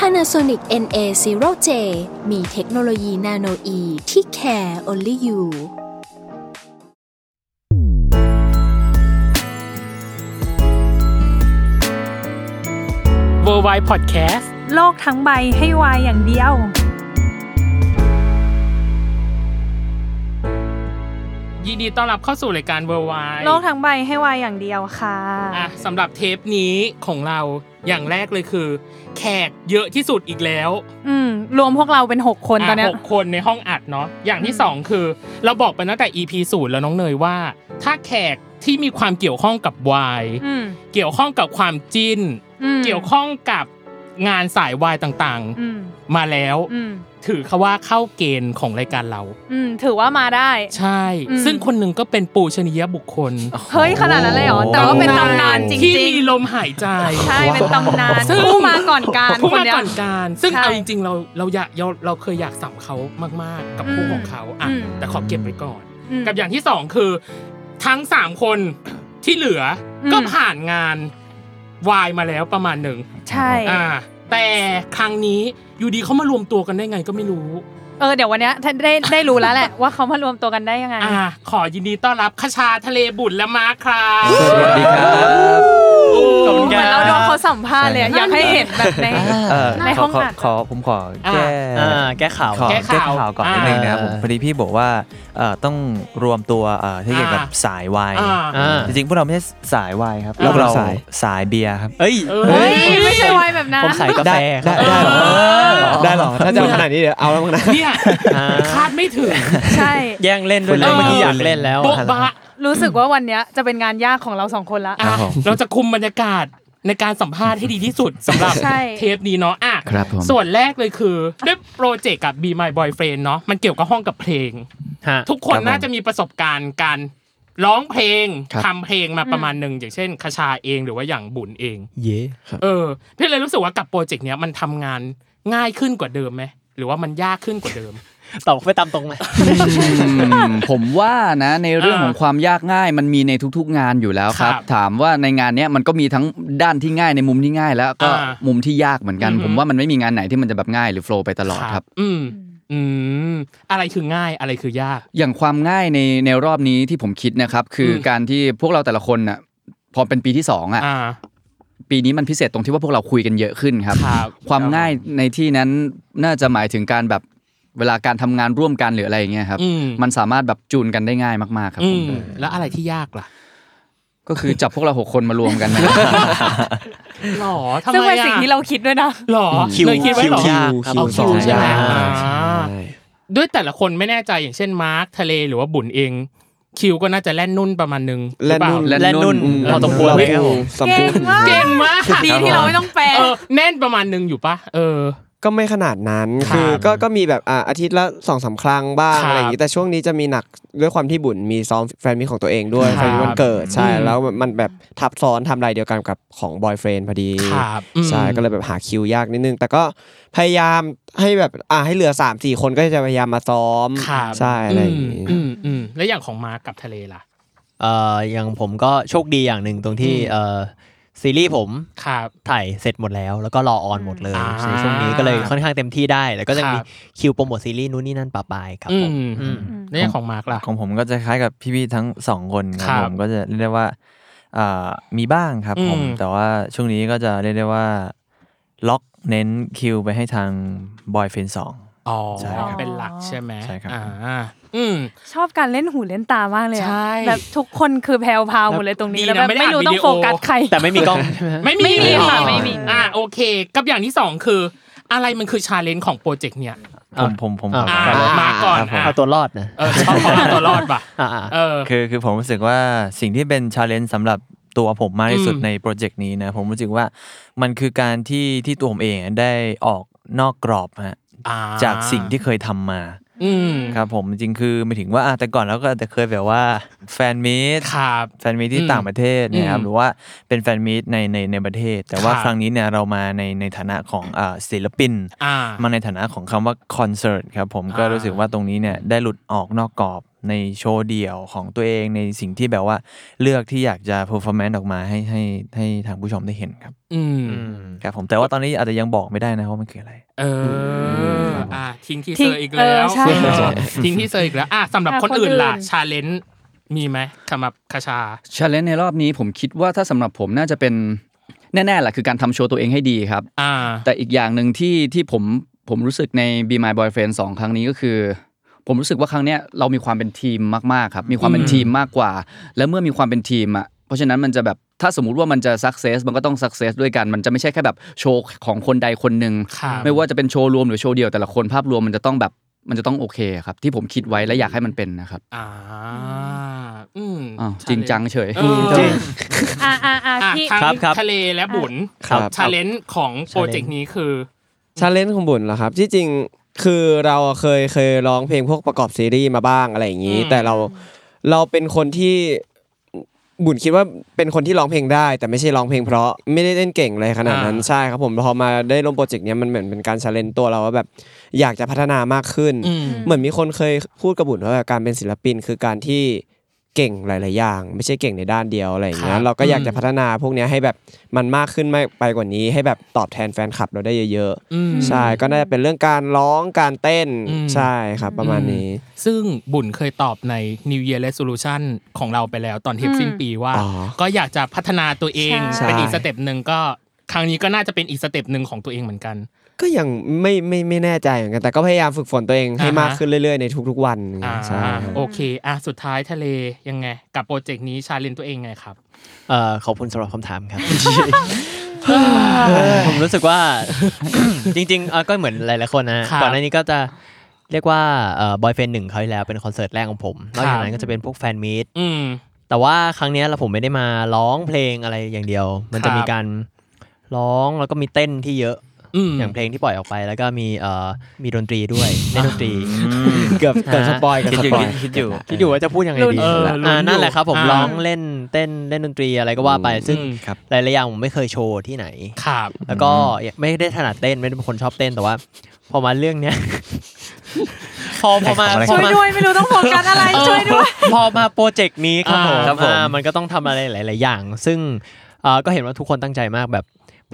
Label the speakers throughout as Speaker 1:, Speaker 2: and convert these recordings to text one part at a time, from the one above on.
Speaker 1: Panasonic NA0J มีเทคโนโลยีนาโนอีที่ care only you
Speaker 2: เวอร์ไวพอดแคสต์
Speaker 3: โลกทั้งใบให้วายอย่างเดียว
Speaker 2: ยินดีต้อนรับเข้าสู่รายการเวอร์ไว
Speaker 3: โลกทั้งใบให้วายอย่างเดียวค่ะ
Speaker 2: อ่ะสำหรับเทปนี้ของเราอย่างแรกเลยคือ แขกเยอะที่สุดอีกแล้ว
Speaker 3: อืม รวมพวกเราเป็น 6 คนตอนเนี้
Speaker 2: ะ
Speaker 3: ย
Speaker 2: หกคนในห้องอัดเนาะอย่างที่สองคือ เราบอกไปตั้งแต่ EP ศูนย์แล้วน้องเนยว่า ถ้าแขกที่มีความเกี่ยวข้องกับวาย
Speaker 3: อืม
Speaker 2: เกี่ยวข้องกับความจิ้น
Speaker 3: อืม
Speaker 2: เกี่ยวข้องกับงานสายวายต่าง
Speaker 3: อืม
Speaker 2: ๆ มาแล้ว
Speaker 3: อืม
Speaker 2: ถือเขาว่าเข้าเกณฑ์ของรายการเรา
Speaker 3: อืมถือว่ามาได้
Speaker 2: ใช่
Speaker 3: อืม
Speaker 2: ซึ่งคนหนึ่งก็เป็นปูชนียบุคคล
Speaker 3: เฮ้ย ขนาดนั้นเลยเหรอ แต่ว่าเป็นตำนานจริ
Speaker 2: ที่
Speaker 3: ง
Speaker 2: มีลมหายใจ
Speaker 3: ๆ ใช่ เป็นตำนาน
Speaker 2: ซึ่ง
Speaker 3: ผู้มาก่อนการ
Speaker 2: ผู้
Speaker 3: คน
Speaker 2: มา
Speaker 3: เนี้ย
Speaker 2: ก่อนการ ซึ่ง
Speaker 3: ใช่
Speaker 2: เอาจริงๆเราเราอยากเราเราเคยอยากสับเขามากๆ กับคู่
Speaker 3: อืม
Speaker 2: ของเขาอ่ะ
Speaker 3: อืม
Speaker 2: แต่ขอเก็บไว้ก่อน
Speaker 3: ม
Speaker 2: กับอย่างที่สองคือทั้งสามคน ที่เหลืออ
Speaker 3: ม
Speaker 2: ก็ผ่านงานวายมาแล้วประมาณหนึ่ง
Speaker 3: ใช่
Speaker 2: อ่า แต่ครั้งนี้อยู่ดีเขามารวมตัวกันได้ไงก็ไม่รู้
Speaker 3: เออ เดี๋ยววันเนี้ยท่านได้ได้รู้แล้วแหละ ว่าเขามารวมตัวกันได้ยังไง
Speaker 2: อ่า ขอยินดีต้อนรับคชาทะเลบุตรและมาร์คครับ
Speaker 4: สวัสดีครับ
Speaker 2: โอ้
Speaker 4: ขอบคุ
Speaker 3: เห
Speaker 4: ณค
Speaker 3: มือบ นเราโดนเขาสัมภาษณ์เลยอะอยากให้เห็นแบบใน
Speaker 4: เอ่อ
Speaker 3: ใน
Speaker 4: ข
Speaker 3: ห้
Speaker 4: อ
Speaker 3: อง
Speaker 4: ขอ
Speaker 3: อัด
Speaker 4: ขอผมขอแก้
Speaker 5: อ่าแก้ข่าว
Speaker 4: ขอ
Speaker 2: แก้
Speaker 4: แก้
Speaker 2: ข่าว
Speaker 4: ข่าวก่อนนิดนึงนะครับผม
Speaker 5: อ่า
Speaker 4: พอดีพี่บอกว่าเอ่อต้องรวมตัวเอ่อที่เกี่ยวกับ
Speaker 2: อ่า
Speaker 4: สายวาย
Speaker 2: อ่า
Speaker 5: อ่า
Speaker 4: จริงๆพวกเราไม่ใช่สายวายครับ
Speaker 2: เรา
Speaker 4: เรา
Speaker 2: เป็น
Speaker 4: เรา
Speaker 5: สาย
Speaker 4: สายเบียร์ครับ
Speaker 5: เอ้ย
Speaker 2: เอ้ย
Speaker 3: เฮ้ย ไม่ใช่วายแบบนั้น
Speaker 5: ผมขายกาแฟค
Speaker 4: ได้
Speaker 5: รับ
Speaker 4: ได้ได้หรอได้หรอถ้าจะ
Speaker 2: เนี่ย
Speaker 4: ขนาดนี้เดี๋ยวเอาแล้วมั้งนะ
Speaker 2: เนี่ย
Speaker 5: อ่า
Speaker 2: คาดไม่ถึง
Speaker 3: ใช่
Speaker 5: แย่งเล่นด้วย
Speaker 4: เอ
Speaker 5: นะ
Speaker 4: อ
Speaker 5: เมื่อกี้อยากเล่นแล้ว
Speaker 2: โบ๊ะบะ
Speaker 3: รู้สึกว่าวันเนี้ยจะเป็นงานยากของเราสองคนละ
Speaker 2: อ่ะ
Speaker 4: ครับผม
Speaker 2: เราจะคุมบรรยากาศในการสัมภาษณ์ให้ดีที่สุดสำหรับ
Speaker 3: ใช่
Speaker 2: เทปนี้เนาะอ่ะ
Speaker 6: ครับผม
Speaker 2: ส่วนแรกเลยคือ ด้วยโปรเจกต์กับ Be My Boyfriend เนาะมันเกี่ยวกับห้องกับเพลง
Speaker 5: ฮะ
Speaker 2: ทุกคน
Speaker 4: ครับผม
Speaker 2: น่าจะมีประสบการณ์การร้องเพลง
Speaker 6: ครับ
Speaker 2: ทำเพลงมาประมาณหนึ่งอย่างเช่นคชาเองหรือว่าอย่างบุญเอง
Speaker 5: เย่
Speaker 2: เออพี่เลยรู้สึกว่ากับโปรเจกต์เนี้ยมันทำงานง่ายขึ้นกว่าเดิมไหมหรือว่ามันยากขึ้นกว่าเดิม
Speaker 5: ตอบไปตามตรงเลย
Speaker 6: อืมผมว่านะในเรื่องของความยากง่ายมันมีในทุกๆงานอยู่แล้วครับ
Speaker 2: ครับ
Speaker 6: ถามว่าในงานเนี้ยมันก็มีทั้งด้านที่ง่ายในมุมที่ง่าย แล้วก็
Speaker 2: อ่า
Speaker 6: มุมที่ยากเหมือนกัน
Speaker 2: อืม
Speaker 6: ผมว่ามันไม่มีงานไหนที่มันจะแบบง่ายหรือโฟล์ไปตลอดครับ
Speaker 2: อืม อืม อะไรคือง่ายอะไรคือยาก
Speaker 6: อย่างความง่ายในในรอบนี้ที่ผมคิดนะครับ คืออ
Speaker 2: ม
Speaker 6: การที่พวกเราแต่ละคนน่ะพอเป็นปีที่สองอ่ะ
Speaker 2: อ่า
Speaker 6: ปีนี้มันพิเศษตรงที่ว่าพวกเราคุยกันเยอะขึ้นครับ
Speaker 2: ครับ
Speaker 6: ความง่ายในที่นั้นน่าจะหมายถึงการแบบเวลาการทำงานร่วมกันหรืออะไรอย่างเงี้ยครับ
Speaker 2: อืม
Speaker 6: มันสามารถแบบจูนกันได้ง่ายมากๆครับ
Speaker 2: อื
Speaker 6: ผม
Speaker 2: มแล้วอะไรที่ยากล่ะ
Speaker 6: ก็คือจับพวกเราหกคนมารวมกันนะ
Speaker 2: หรอทำไมอ่ะ
Speaker 3: ซึ่งเป็นสิ่งที่เราคิดด้วยนะ
Speaker 2: หรอ
Speaker 5: คิว
Speaker 2: เลยคิดไว้
Speaker 5: คิว
Speaker 2: หรอ
Speaker 5: คิว
Speaker 4: ครับ
Speaker 5: คิว
Speaker 4: เอาคิ
Speaker 5: ส
Speaker 4: ว
Speaker 5: อง
Speaker 4: ใช่ไหม
Speaker 5: ใช่
Speaker 2: อ่า ด้วยแต่ละคนไม่แน่ใจอย่างเช่นมาร์คทะเลหรือว่าบุญเอง คิวก็น่าจะแล่นนุ่นประมาณนึงหรือเปา
Speaker 6: แล่น
Speaker 5: และนุ่น
Speaker 6: อืม
Speaker 5: พอสมควรเลยครับผม
Speaker 3: เก่งมาก
Speaker 2: เก่งมาก
Speaker 3: ดีที่เราไม่ต้องแปล
Speaker 2: เออแน่นประมาณนึงอยู่ปะเออ
Speaker 7: ก็ไม่ขนาดนั้น
Speaker 2: ครับ
Speaker 7: คือก็ก็มีแบบอ่าอาทิตย์ละสองสามครั้งบ้าง
Speaker 2: ครับ
Speaker 7: อะไรอย่างนี้แต่ช่วงนี้จะมีหนักด้วยความที่บุญมีซ้อมแฟนมิตของตัวเองด้วย
Speaker 2: ครับ
Speaker 7: แฟนมิตวันเกิดใช่
Speaker 2: อืม
Speaker 7: แล้วมันแบบทับซ้อนทำลายเดียวกันกับของบอยเฟรนพอดี
Speaker 2: ครับอืม
Speaker 7: ใช่ก็เลยแบบหาคิวยากนิดนึง แต่ก็พยายามให้แบบอ่าให้เหลือสามสี่คนก็จะพยายามมาซ้อม
Speaker 2: ครับ
Speaker 7: ใช่อะไรอย่างนี้
Speaker 2: อืมอืมอืมแล้วอย่างของมาร์คกับทะเลล่ะ
Speaker 5: เอ่ออย่างผมก็โชคดีอย่างหนึ่งตรงที่
Speaker 2: อืม
Speaker 5: เอ่อซีรีส์ผม
Speaker 2: ครับ
Speaker 5: ถ่ายเสร็จหมดแล้ว แล้วก็รอออนหมดเลย
Speaker 2: อ่า
Speaker 5: ในช่วงนี้ก็เลยค่อนข้างเต็มที่ได้ แล้วก็จะมีคิวโปรโมทซีรีส์นู้นนี่นั่นปะปายครับ
Speaker 2: อื
Speaker 5: ผม มอืม
Speaker 2: แล้วอย่างของมาร์คล่ะ
Speaker 4: ของผมก็จะคล้ายกับพี่ๆทั้งสองคนค
Speaker 2: ครั
Speaker 4: รับบ ผมก็จะเรียกได้ว่าเอ่อมีบ้างครับผม
Speaker 2: อืม
Speaker 4: แต่ว่าช่วงนี้ก็จะเรียกได้ว่า ล็อกเน้นคิวไปให้ทางบอยเฟนสอง
Speaker 2: อ๋อ
Speaker 4: ใช่ครับ
Speaker 2: เป็นหลักใช่ไหม
Speaker 4: ใช่ครับ
Speaker 2: อ่าอืม
Speaker 3: ชอบการเล่นหูเล่นตามากเลยอะ
Speaker 2: ใช่
Speaker 3: แบบทุกคนคือแพลวพราวหมดเลยตรงนี้
Speaker 2: ดีนะ
Speaker 3: แล้วแบบ
Speaker 2: ไม่ได้
Speaker 3: ไม่รู้ต้อง
Speaker 2: อัดวิดีโอ
Speaker 3: โฟกัสใคร
Speaker 5: แต่ไม่มีกล้องใช่ไหม
Speaker 2: ไม่มี
Speaker 3: ไม่มีค่ะ
Speaker 2: หรอ
Speaker 3: ไม่มี
Speaker 2: อ่าโอเค กับอย่างที่สองคือ อะไรมันคือชาเลนจ์ของโปรเจกต์เนี่ย
Speaker 4: ผ
Speaker 5: อ่ะ
Speaker 4: มผมผม
Speaker 5: อ่ะ
Speaker 4: ผม
Speaker 2: อ่า
Speaker 4: ก่อน
Speaker 2: มาก่อน
Speaker 4: เลยครับผม
Speaker 2: อ่ะ
Speaker 5: เอาตัวรอดนะ
Speaker 2: เออชอบเขาเอาตัวรอดป่ะ
Speaker 5: อ่า
Speaker 2: เออ
Speaker 4: คือคือผมรู้สึกว่าสิ่งที่เป็นชาเลนจ์สำหรับตัวผมมากที่สุด
Speaker 2: อืม
Speaker 4: ในโปรเจกต์นี้นะผมรู้สึกว่ามันคือการที่ที่ตัวผมเองได้ออกนอกกรอบฮะ
Speaker 2: อ่
Speaker 4: จากสิ่งที่เคยทำมา
Speaker 2: อืม
Speaker 4: ครับผมจริงๆคือหมายถึงว่าอ่ะแต่ก่อนเราก็อาจจะเคยแบบว่าแฟนมีต
Speaker 2: ครับ
Speaker 4: แฟนมีตที่
Speaker 2: อืม
Speaker 4: ต่างประเทศเนะครับ
Speaker 2: อืม
Speaker 4: หรือว่าเป็นแฟนมีตในในในประเทศ แต่ว่า
Speaker 2: ครับ
Speaker 4: ครั้งนี้เนี่ยเรามาในในฐานะของอ่าศิลปิน
Speaker 2: อ่า
Speaker 4: มาในฐานะของคำว่าคอนเสิร์ตครับผม
Speaker 2: อ่า
Speaker 4: ก็รู้สึกว่าตรงนี้เนี่ยได้หลุดออกนอกกรอบในโชว์เดี่ยวของตัวเองในสิ่งที่แบบว่าเลือกที่อยากจะเพอร์ฟอร์แมนซ์ออกมาให้ให้ให้ทางผู้ชมได้เห็นครับ
Speaker 2: ืม
Speaker 4: ครับผมแต่ว่าตอนนี้อาจจะยังบอกไม่ได้นะว่ามันคืออะไร
Speaker 2: เอออ่าทิ้งที่เซ
Speaker 3: ทิ้
Speaker 2: อง ร์อีกแล้ว
Speaker 3: เออใช่
Speaker 2: เออทิ้งที่เซอร์อีกแล้วอ่ะสำหรับ
Speaker 3: อ่ะ
Speaker 2: คนอื่นล่ะ
Speaker 3: คนอื่น
Speaker 2: ชาเลนจ์มีไหมสำหรับคาชา
Speaker 6: ชาเลนในรอบนี้ผมคิดว่าถ้าสำหรับผมน่าจะเป็นแน่ๆแหละคือการทำโชว์ตัวเองให้ดีครับ
Speaker 2: อ่า
Speaker 6: แต่อีกอย่างหนึ่งที่ที่ผมผมรู้สึกใน Be My Boyfriend สองครั้งนี้ก็คือ ผมรู้สึกว่าครั้งเนี้ยเรามีความเป็นทีมมากๆครับ มีความเป็น
Speaker 2: อืม
Speaker 6: ทีมมากกว่า และเมื่อมีความเป็นทีมอ่ะเพราะฉะนั้นมันจะแบบถ้าสมมุติว่ามันจะสักเซสมันก็ต้องสักเซสด้วยกัน มันจะไม่ใช่แค่แบบโชว์ของคนใดคนหนึ่ง
Speaker 2: ครับ
Speaker 6: ไม่ว่าจะเป็นโชว์รวมหรือโชว์เดียวแต่ละคนภาพรวมมันจะต้องแบบมันจะต้องโอเคครับที่ผมคิดไว้และอยากให้มันเป็นนะครับ
Speaker 2: อ่า อืม
Speaker 6: อ้าวจริงจังเฉย
Speaker 2: เออจริง
Speaker 3: อ่าอ่าอ่า
Speaker 2: อ่ะ
Speaker 3: พี่
Speaker 2: ทั้ง
Speaker 5: ครับครับ
Speaker 2: ทะเลและบุญ
Speaker 7: ครับ
Speaker 2: ชาเลนจ์ของโปรเจกต์นี้คือ
Speaker 7: ชาเลนจ์ของบุญเหรอครับ ที่จริงคือเราเคยเคยร้องเพลงพวกประกอบซีรีส์มาบ้างอะไรอย่างนี้
Speaker 2: อืม
Speaker 7: แต่เราเราเป็นคนที่บุญคิดว่าเป็นคนที่ร้องเพลงได้ แต่ไม่ใช่ร้องเพลงเพราะไม่ได้เล่นเก่งเลยขนาดนั้นใช่ครับผมพอมาได้ร่วมโปรเจกต์เนี้ยมันเหมือนเป็นการชาเลนจ์ตัวเราว่าแบบอยากจะพัฒนามากขึ้น
Speaker 2: อืม
Speaker 7: เหมือนมีคนเคยพูดกับบุญว่าแบบการเป็นศิลปินคือการที่เก่งหลาย ๆ อย่าง ไม่ใช่เก่งในด้านเดียวอะไรอย่างเงี้
Speaker 2: ครั
Speaker 7: ย
Speaker 2: บ
Speaker 7: เราก็อยาก
Speaker 2: อืม
Speaker 7: จะพัฒนาพวกเนี้ยให้แบบมันมากขึ้นมากไปกว่านี้ ให้แบบตอบแทนแฟนคลับเราได้เยอะ ๆ
Speaker 2: อืม
Speaker 7: ใช่ ก็น่าจะเป็นเรื่องการร้องการเต้น
Speaker 2: อืม
Speaker 7: ใช่ครับ ประมาณนี้
Speaker 2: ซึ่งบุญเคยตอบใน New Year Resolution ของเราไปแล้วตอนเทป
Speaker 3: อืม
Speaker 2: สิ้นปีว่า
Speaker 7: อ๋อ
Speaker 2: ก็อยากจะพัฒนาตัวเอง
Speaker 3: ใช่
Speaker 2: เป็นอีกสเต็ปหนึ่งก็ครั้งนี้ก็น่าจะเป็นอีกสเต็ปหนึ่งของตัวเองเหมือนกัน
Speaker 7: ก็ยังไม่ไม่ไม่แน่ใจเหมือนกัน แต่ก็พยายามฝึกฝนตัวเองให้
Speaker 2: อ่าฮะ
Speaker 7: มากขึ้นเรื่อย ๆ ในทุก ๆ วัน
Speaker 2: อ่า
Speaker 7: ใช่ครับ
Speaker 2: โอเคอ่ะสุดท้ายทะเลยังไง กับโปรเจกต์นี้ชาเลนจ์ตัวเองไงครับ
Speaker 5: เอ่อขอบคุณสำหรับคำถามครับ ผมรู้สึกว่า จริงๆเอ่อก็เหมือนหลายๆคนนะ
Speaker 2: ครับ
Speaker 5: ก่อนหน้านี้ก็จะเรียกว่าบอยเฟนหนึ่งเขาวที่แล้วเป็นคอนเสิร์ตแรกของผมนอก
Speaker 2: ครั
Speaker 5: จาก
Speaker 2: บ
Speaker 5: นั้นก็จะเป็นพวกแฟนมีต
Speaker 2: อืม
Speaker 5: แต่ว่าครั้งเนี้ยเราผมไม่ได้มาร้องเพลงอะไรอย่างเดียว มัน
Speaker 2: ค
Speaker 5: จะ
Speaker 2: รับ
Speaker 5: มีการร้องแล้วก็มีเต้นที่เยอะ
Speaker 2: อืม
Speaker 5: อย่างเพลงที่ปล่อยออกไป แล้วก็มีเอ่อมีดนตรีด้วยเล่นดนตรี
Speaker 7: เกือบเกือบสปอยเกับ
Speaker 4: คิ
Speaker 7: ส
Speaker 4: ดอยู่
Speaker 7: ปอย
Speaker 4: คิดคิดอยู่
Speaker 5: คิดอยู่ว่าจะพูดยังไง
Speaker 3: ลุ้น
Speaker 5: ดีเออ
Speaker 2: ลุ้นอยู่
Speaker 5: อ่านั่นแหละครับผม
Speaker 2: อ่า
Speaker 5: ร้องเล่นเต้นเล่นดนตรีอะไรก็ว่าไป ซึ่ง
Speaker 2: อืมครับ
Speaker 5: หลายๆอย่างผมไม่เคยโชว์ที่ไหน
Speaker 2: ครับ
Speaker 5: แล้วก็ไม่ได้ถนัดเต้นไม่ได้เป็นคนชอบเต้นแต่ว่า พอมาเรื่องเนี้ย พอพอมา
Speaker 4: อะไร
Speaker 5: พ
Speaker 4: ข
Speaker 5: อ
Speaker 3: ช่
Speaker 4: อ
Speaker 3: วย
Speaker 4: งะ
Speaker 3: ด้วย
Speaker 4: ไร
Speaker 5: มา
Speaker 3: ไม่รู้ต้องโฟกัสอะไรช่วยด้วย
Speaker 5: พอมาโปรเจกต์นี้ครับผม
Speaker 4: อ่าครับผม
Speaker 5: อ่ามันก็ต้องทำอะไรหลาย ๆ อย่าง ซึ่งเอ่อก็เห็นว่าทุกคนตั้งใจมากแบบ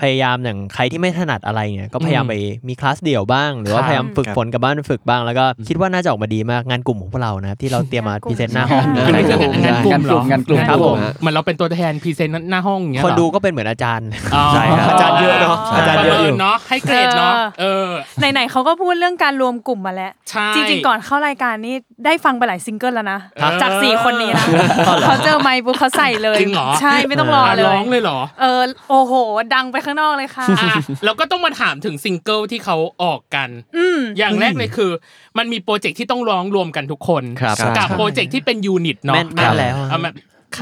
Speaker 5: พยายามอย่างใครที่ไม่ถนัดอะไรเนี่ยก็พยายามไปมีคลาสเดี่ยวบ้าง หรือว่าพยายามฝึกฝนกับบ้านฝึกบ้างแล้วก็คิดว่าน่าจะออกมาดีมากงานกลุ่มของพวกเรานะครับที่เราเตรียมมาพรีเซนต์หน้าห้อง
Speaker 6: งานกลุ่ม
Speaker 2: งานกลุ่มเหรอง
Speaker 6: านกลุ่ม
Speaker 2: ครับผม
Speaker 7: ฮะ
Speaker 2: เหมันเราเป็นตัวแทนพรีเซนต์หน้าห้องอย่างเงี้ย
Speaker 5: คน
Speaker 2: เหรอ
Speaker 5: ดูก็เป็นเหมือนอาจารย์
Speaker 2: อ๋อ
Speaker 4: ใช่ครับอาจารย์เยอะเนอะอาจารย์เยอะอ
Speaker 2: ประ
Speaker 4: ยู่
Speaker 2: มินเนาะให้เกรดเนาะเออ
Speaker 3: ไหนๆเขาก็พูดเรื่องการรวมกลุ่มมาแล้ว
Speaker 2: ใช่
Speaker 3: จริงๆก่อนเข้ารายการนี่ได้ฟังไปหลายซิงเกิลแล้วนะ
Speaker 2: ครับ
Speaker 3: จากสี่คนนี้นะ
Speaker 2: เอาเหรอ
Speaker 3: เขาเจอไมค์ปุ๊บเขาใส่เลย
Speaker 2: จริงเหรอ
Speaker 3: ใช่ไม่ต้องรอ
Speaker 2: อ่ะ
Speaker 3: เล
Speaker 2: ร้อย งเลยเหรอ
Speaker 3: เออโอ้โห ดังไปข้างนอกเลย ค่ะ
Speaker 2: อ่ะเราก็ต้องมาถามถึงซิงเกิลที่เขาออกกัน
Speaker 3: อืม
Speaker 2: อย่างแรกเลยคือ มันมีโปรเจกต์ที่ต้องร้องรวมกันทุกคน
Speaker 5: ครับ
Speaker 2: กับโปรเจกต์ที่เป็นยูนิตเนาะ
Speaker 5: แม่นแม่นแล้วอะ
Speaker 2: เอามา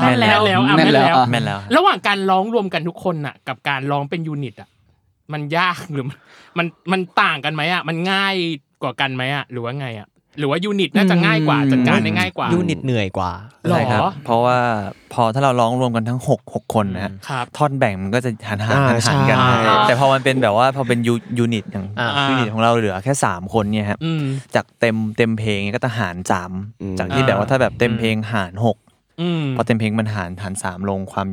Speaker 3: แม่นแล้ว
Speaker 2: แม่นแล้วอ่ะ
Speaker 6: แม่
Speaker 2: แม่น
Speaker 6: นแล้ว
Speaker 2: แล้ว
Speaker 4: แม่นแล้ว
Speaker 6: อ่ะ
Speaker 2: ระหว่างการร้องรวมกันทุกคนน่ะ กับการร้องเป็นยูนิตอ่ะมันยากหรือมันมันมันต่างกันไหมอ่ะมันง่ายกว่ากันไหมอ่ะหรือว่าไงอ่ะหรือว่ายูนิตน่าจะง่ายกว่าจัดการได้ง่ายกว่า
Speaker 5: ยูนิตเหนื่อยกว่า
Speaker 2: หร
Speaker 4: ใช่ครับ
Speaker 2: อ
Speaker 4: เพราะว่าพอถ้าเราร้องรวมกันทั้ง 6 6 คนนะฮะ
Speaker 2: ครับ
Speaker 4: ท่อนแบ่งมันก็จะหันหัน
Speaker 7: อ่า
Speaker 4: หันหันกัน
Speaker 7: ใช่
Speaker 4: แต่พอมันเป็นแบบว่าพอเป็นยูยูนิตอย่าง
Speaker 5: อ่า
Speaker 4: ยูนิตของเราเหลือแค่ 3 คนเนี่ยฮะ
Speaker 2: อืม
Speaker 4: จากเต็มเต็มเพลงเนี่ยก็จะหารสาม
Speaker 7: อืม
Speaker 4: จากที่แบบว่าถ้าแบบเต็มเพลงหารหก
Speaker 2: อืม
Speaker 4: พอเต็มเพลงมันหารหารสามลงความ